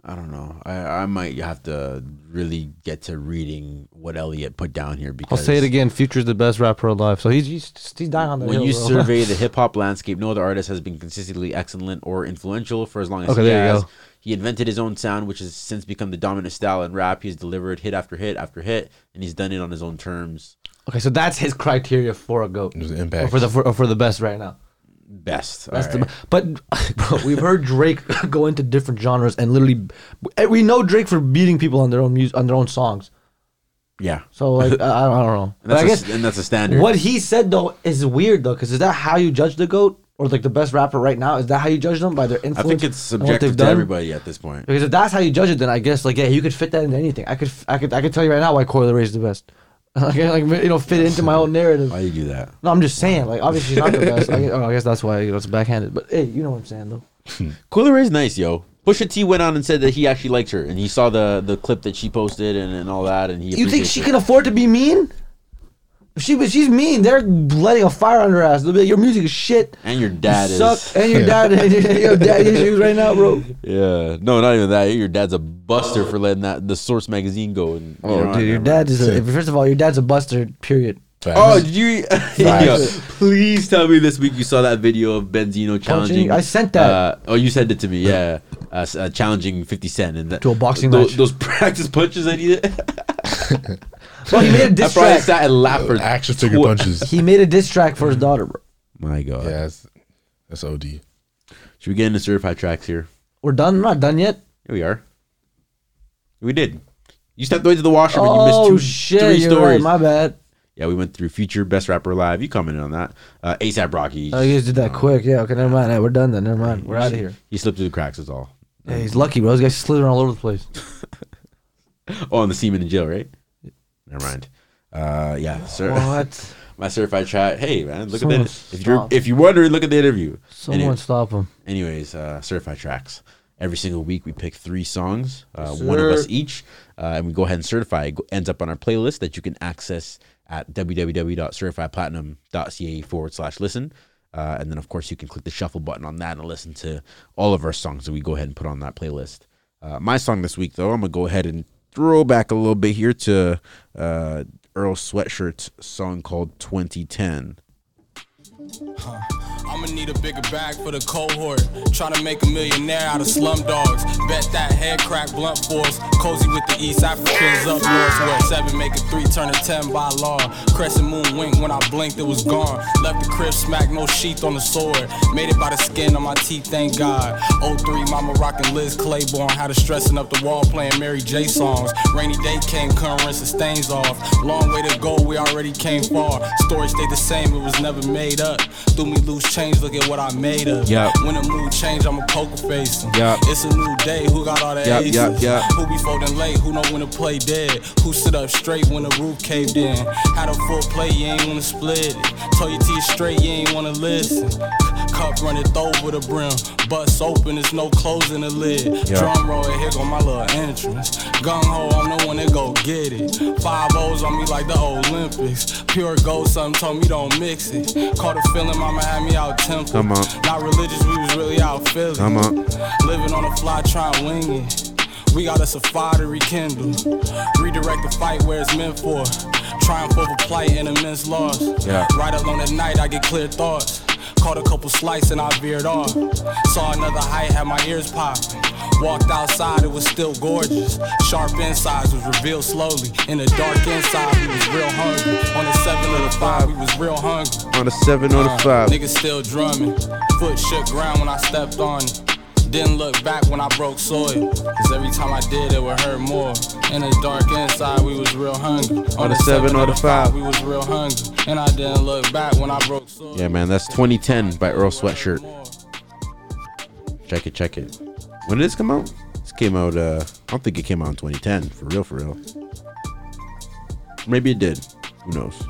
Speaker 1: i don't know i i might have to really get to reading what elliot put down here
Speaker 3: I'll
Speaker 1: because
Speaker 3: say it again. Future's the best rapper alive. So he's he's, he's dying on the
Speaker 1: when
Speaker 3: hill,
Speaker 1: you
Speaker 3: bro.
Speaker 1: survey the hip hop landscape, no other artist has been consistently excellent or influential for as long as
Speaker 3: Okay,
Speaker 1: he
Speaker 3: there you
Speaker 1: has.
Speaker 3: go.
Speaker 1: He invented his own sound, which has since become the dominant style in rap. He's delivered hit after hit after hit, and he's done it on his own terms.
Speaker 3: okay, so that's his criteria for a goat,
Speaker 4: It was an
Speaker 3: or
Speaker 4: impact.
Speaker 3: for the for, or for the best right now.
Speaker 1: Best.
Speaker 3: That's
Speaker 1: All right.
Speaker 3: the but bro, we've heard Drake go into different genres and literally, and we know Drake for beating people on their own music on their own songs.
Speaker 1: yeah.
Speaker 3: So like I, I don't know.
Speaker 1: And that's,
Speaker 3: But I
Speaker 1: a
Speaker 3: guess
Speaker 1: s- and that's a standard.
Speaker 3: What he said though is weird though, because is that how you judge the goat or like the best rapper right now? Is that how you judge them by their
Speaker 1: I
Speaker 3: influence?
Speaker 1: think it's
Speaker 3: and what they've
Speaker 1: subjective to
Speaker 3: done?
Speaker 1: everybody at this point.
Speaker 3: Because if that's how you judge it, then I guess like yeah, you could fit that into anything. I could f- I could I could tell you right now why Coil Ray is the best. like, like you know fit into my own narrative.
Speaker 1: Why you do that?
Speaker 3: No, I'm just saying like obviously he's not the best. I guess, oh, I guess that's why you know, it's backhanded. But hey, you know what I'm saying though.
Speaker 1: Coyle Ray's nice, yo. Pusha T went on and said that he actually liked her, and he saw the the clip that she posted and, and all that, and he.
Speaker 3: You think
Speaker 1: appreciates
Speaker 3: she
Speaker 1: it.
Speaker 3: can afford to be mean? If she if she's mean, they're letting a fire on her ass. They'll be like, your music is shit.
Speaker 1: And your dad
Speaker 3: you
Speaker 1: is.
Speaker 3: suck, and your dad and your, your dad issues right now, bro.
Speaker 1: Yeah, no, not even that. Your dad's a buster for letting that the Source magazine go. And, you know, I
Speaker 3: Oh, dude, your
Speaker 1: remember.
Speaker 3: dad is a, first of all, your dad's a buster. Period.
Speaker 4: Facts.
Speaker 1: Oh, did you? Yeah. Please tell me this week you saw that video of Benzino challenging.
Speaker 3: Oh, I sent that.
Speaker 1: Uh, oh, you sent it to me. Yeah, uh, s- uh, challenging Fifty Cent and that,
Speaker 3: To a boxing
Speaker 1: tho-
Speaker 3: match.
Speaker 1: Those practice punches that he did.
Speaker 3: Well, he made a
Speaker 1: I
Speaker 3: diss
Speaker 1: probably
Speaker 3: track.
Speaker 1: sat and laughed for.
Speaker 4: action figure
Speaker 1: tw-
Speaker 4: punches.
Speaker 3: He made a diss track for his daughter, bro.
Speaker 1: My God,
Speaker 4: yeah, that's, that's OD.
Speaker 1: should we get into certified tracks here?
Speaker 3: We're done. We're not done yet.
Speaker 1: Here we are. We did. You stepped away to the washroom and you missed
Speaker 3: oh
Speaker 1: two,
Speaker 3: shit!
Speaker 1: three
Speaker 3: you're
Speaker 1: stories.
Speaker 3: right. My bad.
Speaker 1: Yeah, we went through Future, Best Rapper Alive. You commented on that. Uh, ASAP Rocky.
Speaker 3: Oh, you guys did that quick. Yeah. Okay. Never mind. Hey, we're done then. Never mind. We're out of here.
Speaker 1: He slipped through the cracks, is all.
Speaker 3: Yeah, he's lucky, bro. Those guys slithering all over the place.
Speaker 1: Oh, and the semen in jail, right? Never mind. Uh, yeah, sir.
Speaker 3: What?
Speaker 1: My certified chat. Hey, man, look
Speaker 3: Someone
Speaker 1: at that. If you're
Speaker 3: stop.
Speaker 1: if you're wondering, look at the interview.
Speaker 3: Someone
Speaker 1: Anyway-
Speaker 3: stop him.
Speaker 1: anyways, uh, certified tracks. Every single week, we pick three songs, uh, one of us each, uh, and we go ahead and certify. It go- ends up on our playlist that you can access at www.certifiedplatinum.ca forward slash listen. Uh, and then, of course, you can click the shuffle button on that and listen to all of our songs that we go ahead and put on that playlist. Uh, my song this week, though, I'm going to go ahead and throw back a little bit here to uh, Earl Sweatshirt's song called 2010.
Speaker 10: I'ma need a bigger bag for the cohort. Tryna make a millionaire out of slum dogs. Bet that head crack blunt force. Cozy with the East Africans up north. Well, seven make it three, turn it ten by law. Crescent moon wink when I blinked, it was gone. Left the crib, smack no sheath on the sword. Made it by the skin on my teeth, thank God. 03, mama rockin' Liz Claiborne. Had her stressing up the wall playing Mary J songs. Rainy day came, couldn't rinse the stains off. Long way to go, we already came far. Story stayed the same, it was never made up. Threw me loose change, look at what I made of.
Speaker 1: Yup.
Speaker 10: When the mood change, I'ma poker face 'em.
Speaker 1: Yup.
Speaker 10: It's a new day, who got all the
Speaker 1: Yup,
Speaker 10: aces?
Speaker 1: yup, yup.
Speaker 10: Who be folding late, who know when to play dead? Who stood up straight when the roof caved in? Had a full play, you ain't wanna split it. Told your teeth straight, you ain't wanna listen. Cup runneth over the brim. Bust open, there's no closing the lid. Drum roll, here go my little entrance. Gung ho, I'm the one that go get it. Five O's on me like the Olympics. Pure gold, something told me don't mix it. Caught a feeling, mama had me out temple.
Speaker 1: Come on.
Speaker 10: Not religious, we was really out feeling.
Speaker 1: Come on.
Speaker 10: Living on the fly, trying wing it. We got us a fire to rekindle. Redirect the fight where it's meant for. Triumph over plight and immense loss.
Speaker 1: Yeah.
Speaker 10: Right alone at night, I get clear thoughts. Caught a couple slices and I veered off. Saw another height, had my ears popped. Walked outside, it was still gorgeous. Sharp insides was revealed slowly. In the dark inside, we was real hungry. On the seven of the five, we was real hungry.
Speaker 1: On a oh 7 on a 5.
Speaker 10: Niggas still drumming. Foot shook ground when I stepped on it. Didn't look back when I broke soil. Cause every time I did, it would hurt more. In the dark inside, we was real hungry. On
Speaker 1: the seven or
Speaker 10: or
Speaker 1: the five.
Speaker 10: we was real hungry. And I didn't look back when I broke soil.
Speaker 1: Yeah, man, that's 2010 by Earl Sweatshirt. Check it, check it. When did this come out? This came out, uh, I don't think it came out in 2010. For real, for real. Maybe it did. Who knows?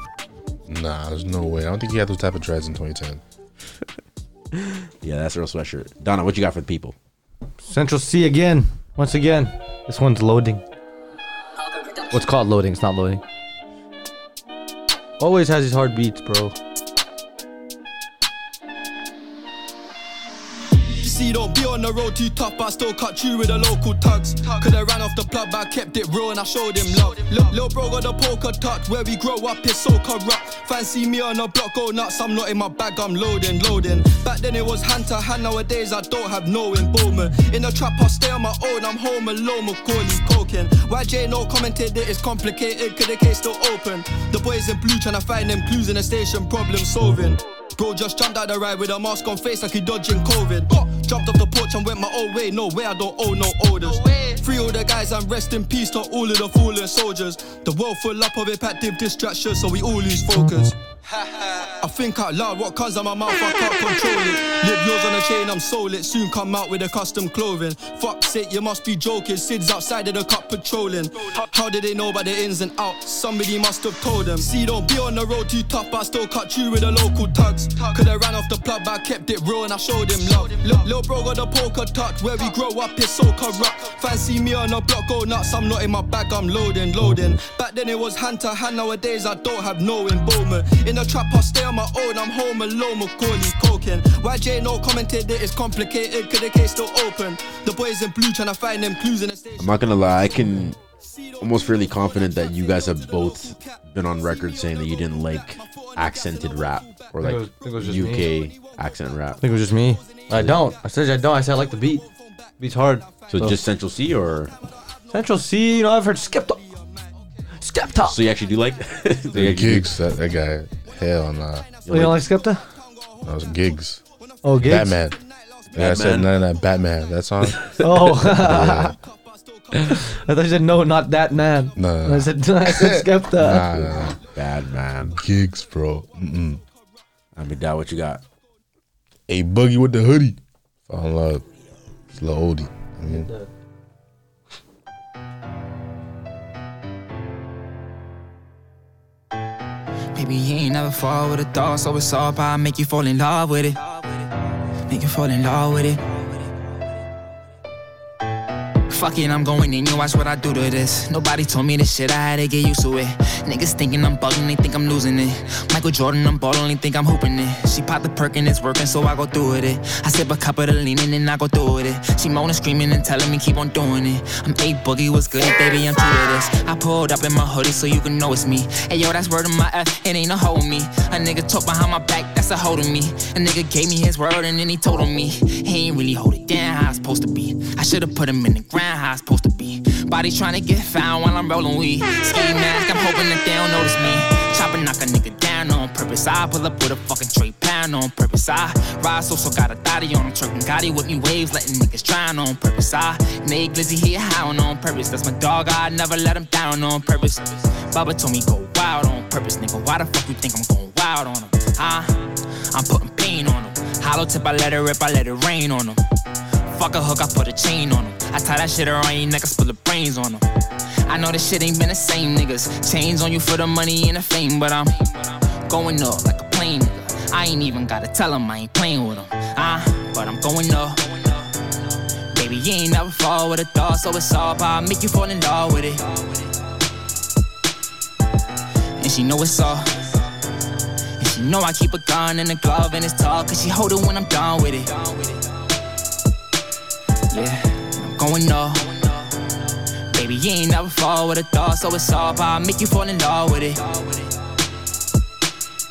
Speaker 4: Nah, there's no way. I don't think he had those type of dreads in 2010.
Speaker 1: Yeah, that's Earl Sweatshirt. Donna, what you got for the people?
Speaker 3: Central C again. Once again. This one's loading. What's called loading? It's not loading. Always has these hard beats, bro.
Speaker 10: See, don't be on the road too tough, but I still cut you with the local tugs. Could've ran off the plug, but I kept it real and I showed him love. Look, little bro got the poker touch, where we grow up is so corrupt. Fancy me on the block, go nuts, I'm not in my bag, I'm loading, loading. Back then it was hand to hand, nowadays I don't have no involvement. In the trap, I stay on my own, I'm home alone, Macaulay's coking. YJ no commented that it's complicated, cause the case still open. The boys in blue tryna find them clues in the station, problem solving. Bro just jumped out the ride with a mask on face like he dodging COVID. Got jumped off the porch and went my own way. No way, I don't owe no orders. Free all the guys and rest in peace to all of the fallen soldiers. The world full up of impactive distractions, so we all lose focus. I think out loud what comes out my mouth, I can't control it. Live yours on a chain, I'm sold it. Soon come out with a custom clothing. Fuck's it, you must be joking. Sid's outside of the cup patrolling. How, how did they know about the ins and outs? Somebody must have told them. See, don't be on the road too tough, but I still cut you with the local tugs. Could've ran off the plug, but I kept it real and I showed him love. Look, little bro got the poker tucked, where we grow up is so corrupt. Fancy me on a block, go nuts, I'm not in my bag, I'm loading, loading. Back then it was hand to hand, nowadays I don't have no involvement. In the trap, I stay on my own, I'm home alone, Macaulay coking. YJ no commented that it's complicated, cause the case still open. The boys in blue tryna find them clues in the
Speaker 1: I'm
Speaker 10: station.
Speaker 1: not gonna lie, I can almost fairly confident that you guys have both been on record saying that you didn't like accented rap or like
Speaker 3: Think it was- think it was just
Speaker 1: UK accent rap.
Speaker 3: I think it was just me. I don't. I said I don't. I said I like the beat. Beat's hard.
Speaker 1: So just Central C or
Speaker 3: Central C, you know, I've heard Skepta. Skepta.
Speaker 1: so you actually do like so you actually do-
Speaker 4: Gigs, that, that guy. Hell nah.
Speaker 3: Oh, you don't like Skepta?
Speaker 4: That was gigs.
Speaker 3: Oh, Gigs.
Speaker 4: Batman. Yeah, I
Speaker 1: Batman.
Speaker 4: said none of that Batman. That song.
Speaker 3: Oh,
Speaker 4: Yeah.
Speaker 3: I thought you said no, not that man.
Speaker 4: No, no,
Speaker 3: And I
Speaker 4: no.
Speaker 3: said, I said Skepta.
Speaker 4: Nah, nah, nah.
Speaker 1: bad man.
Speaker 4: Gigs, bro. Mm-mm.
Speaker 1: I mean doubt what you got.
Speaker 4: A boogie with the hoodie. Fall in love. It's a little oldie. I mean,
Speaker 6: Baby, you ain't never fall with a thought, so it's all about make you fall in love with it. Make you fall in love with it.
Speaker 11: Fuck it, I'm going in, yo, watch what I do to this. Nobody told me this shit, I had to get used to it. Niggas thinking I'm bugging, they think I'm losing it. Michael Jordan, I'm balling, they think I'm hooping it. She popped the perk and it's working, so I go through with it. I sip a cup of the lean and then I go through with it. She moaning, screaming, and telling me keep on doing it. I'm eight boogie, what's good, baby, I'm true to this. I pulled up in my hoodie so you can know it's me. Hey, yo, that's word of my F, it ain't no hold me. A nigga talk behind my back, that's a hold of me. A nigga gave me his word and then he told on me. He ain't really hold it down how it's supposed to be. I should've put him in the ground how it's supposed to be. Body tryna get found while I'm rolling weed. Ski mask, I'm hoping that they don't notice me. Chopper knock a nigga down on purpose. I pull up with a fucking tray pound on purpose. I ride so so got a thotty on. I'm trucking Gotti with me waves, letting niggas drown on purpose. I Nate Glizzy here hound on purpose. That's my dog, I never let him down on purpose. Baba told me go wild on purpose, nigga. Why the fuck you think I'm going wild on him? Huh? I'm putting pain on him. Hollow tip, I let it rip, I let it rain on him. Fuck a hook, I put a chain on him. I tie that shit around your neck, I spill the brains on him. I know this shit ain't been the same, niggas. Chains on you for the money and the fame, but I'm going up like a plane, nigga. I ain't even gotta tell him I ain't playing with him. Ah, but I'm going up. Baby, you ain't never fall with a thought, so it's all about make you fall in love with it. And she know it's all. And she know I keep a gun and a glove and it's tall, cause she hold it when I'm done with it. Yeah, I'm going up. Baby, you ain't never fall with a thought, so it's all about make you fall in love with it.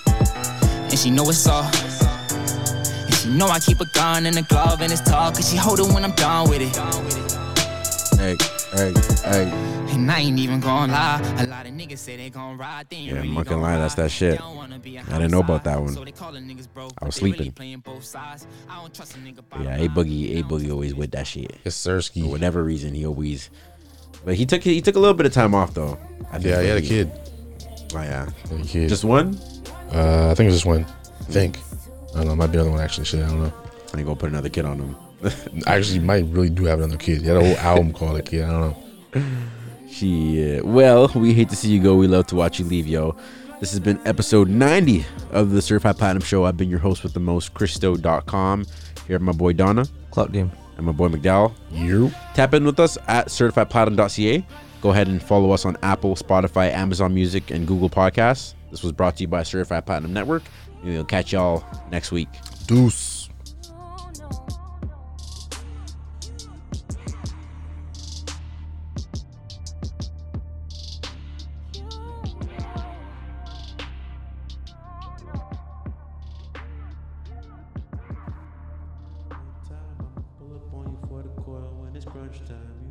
Speaker 11: And she know it's all. And she know I keep a gun and a glove and it's tall, cause she hold it when I'm done with it.
Speaker 4: Hey, hey, hey.
Speaker 11: And I ain't even gonna lie, a lot of niggas say they gon' ride. They ain't
Speaker 1: Yeah,
Speaker 11: really
Speaker 1: I'm not
Speaker 11: gon'
Speaker 1: gonna lie,
Speaker 11: ride.
Speaker 1: that's that shit.
Speaker 11: They don't wanna be a
Speaker 1: I didn't know about that
Speaker 11: homicide,
Speaker 1: one.
Speaker 11: so they calling niggas bro,
Speaker 1: I was
Speaker 11: but they really
Speaker 1: sleeping.
Speaker 11: playing both sides. I don't trust a nigga by
Speaker 1: Yeah,
Speaker 11: the
Speaker 1: A Boogie,
Speaker 11: line.
Speaker 1: A Boogie always with that shit.
Speaker 4: It's
Speaker 1: For
Speaker 4: Sersky.
Speaker 1: whatever reason, he always. But he took he took a little bit of time off though. I think
Speaker 4: Yeah, he had a
Speaker 1: Boogie-
Speaker 4: kid.
Speaker 1: Oh, yeah,
Speaker 4: He had a kid.
Speaker 1: just Hmm. one.
Speaker 4: Uh, I think it was just one. I think. I don't know. Might be another one actually. Shit, I don't know.
Speaker 1: I ain't gonna put another kid on him.
Speaker 4: Actually, he might really do have another kid. He had a whole album called a kid. I don't know.
Speaker 1: She uh, well, we hate to see you go. We love to watch you leave, yo. This has been episode 90 of the Certified Platinum Show. I've been your host with the most, Christo.com. Here, my boy Donna
Speaker 12: Clout game.
Speaker 1: and my boy McDowell.
Speaker 4: You.
Speaker 1: Tap in with us at certifiedplatinum.ca. Go ahead and follow us on Apple, Spotify, Amazon Music, and Google Podcasts. This was brought to you by Certified Platinum Network. And We'll catch y'all next week.
Speaker 4: Deuce.
Speaker 5: Pull up on you for the coil when it's crunch time.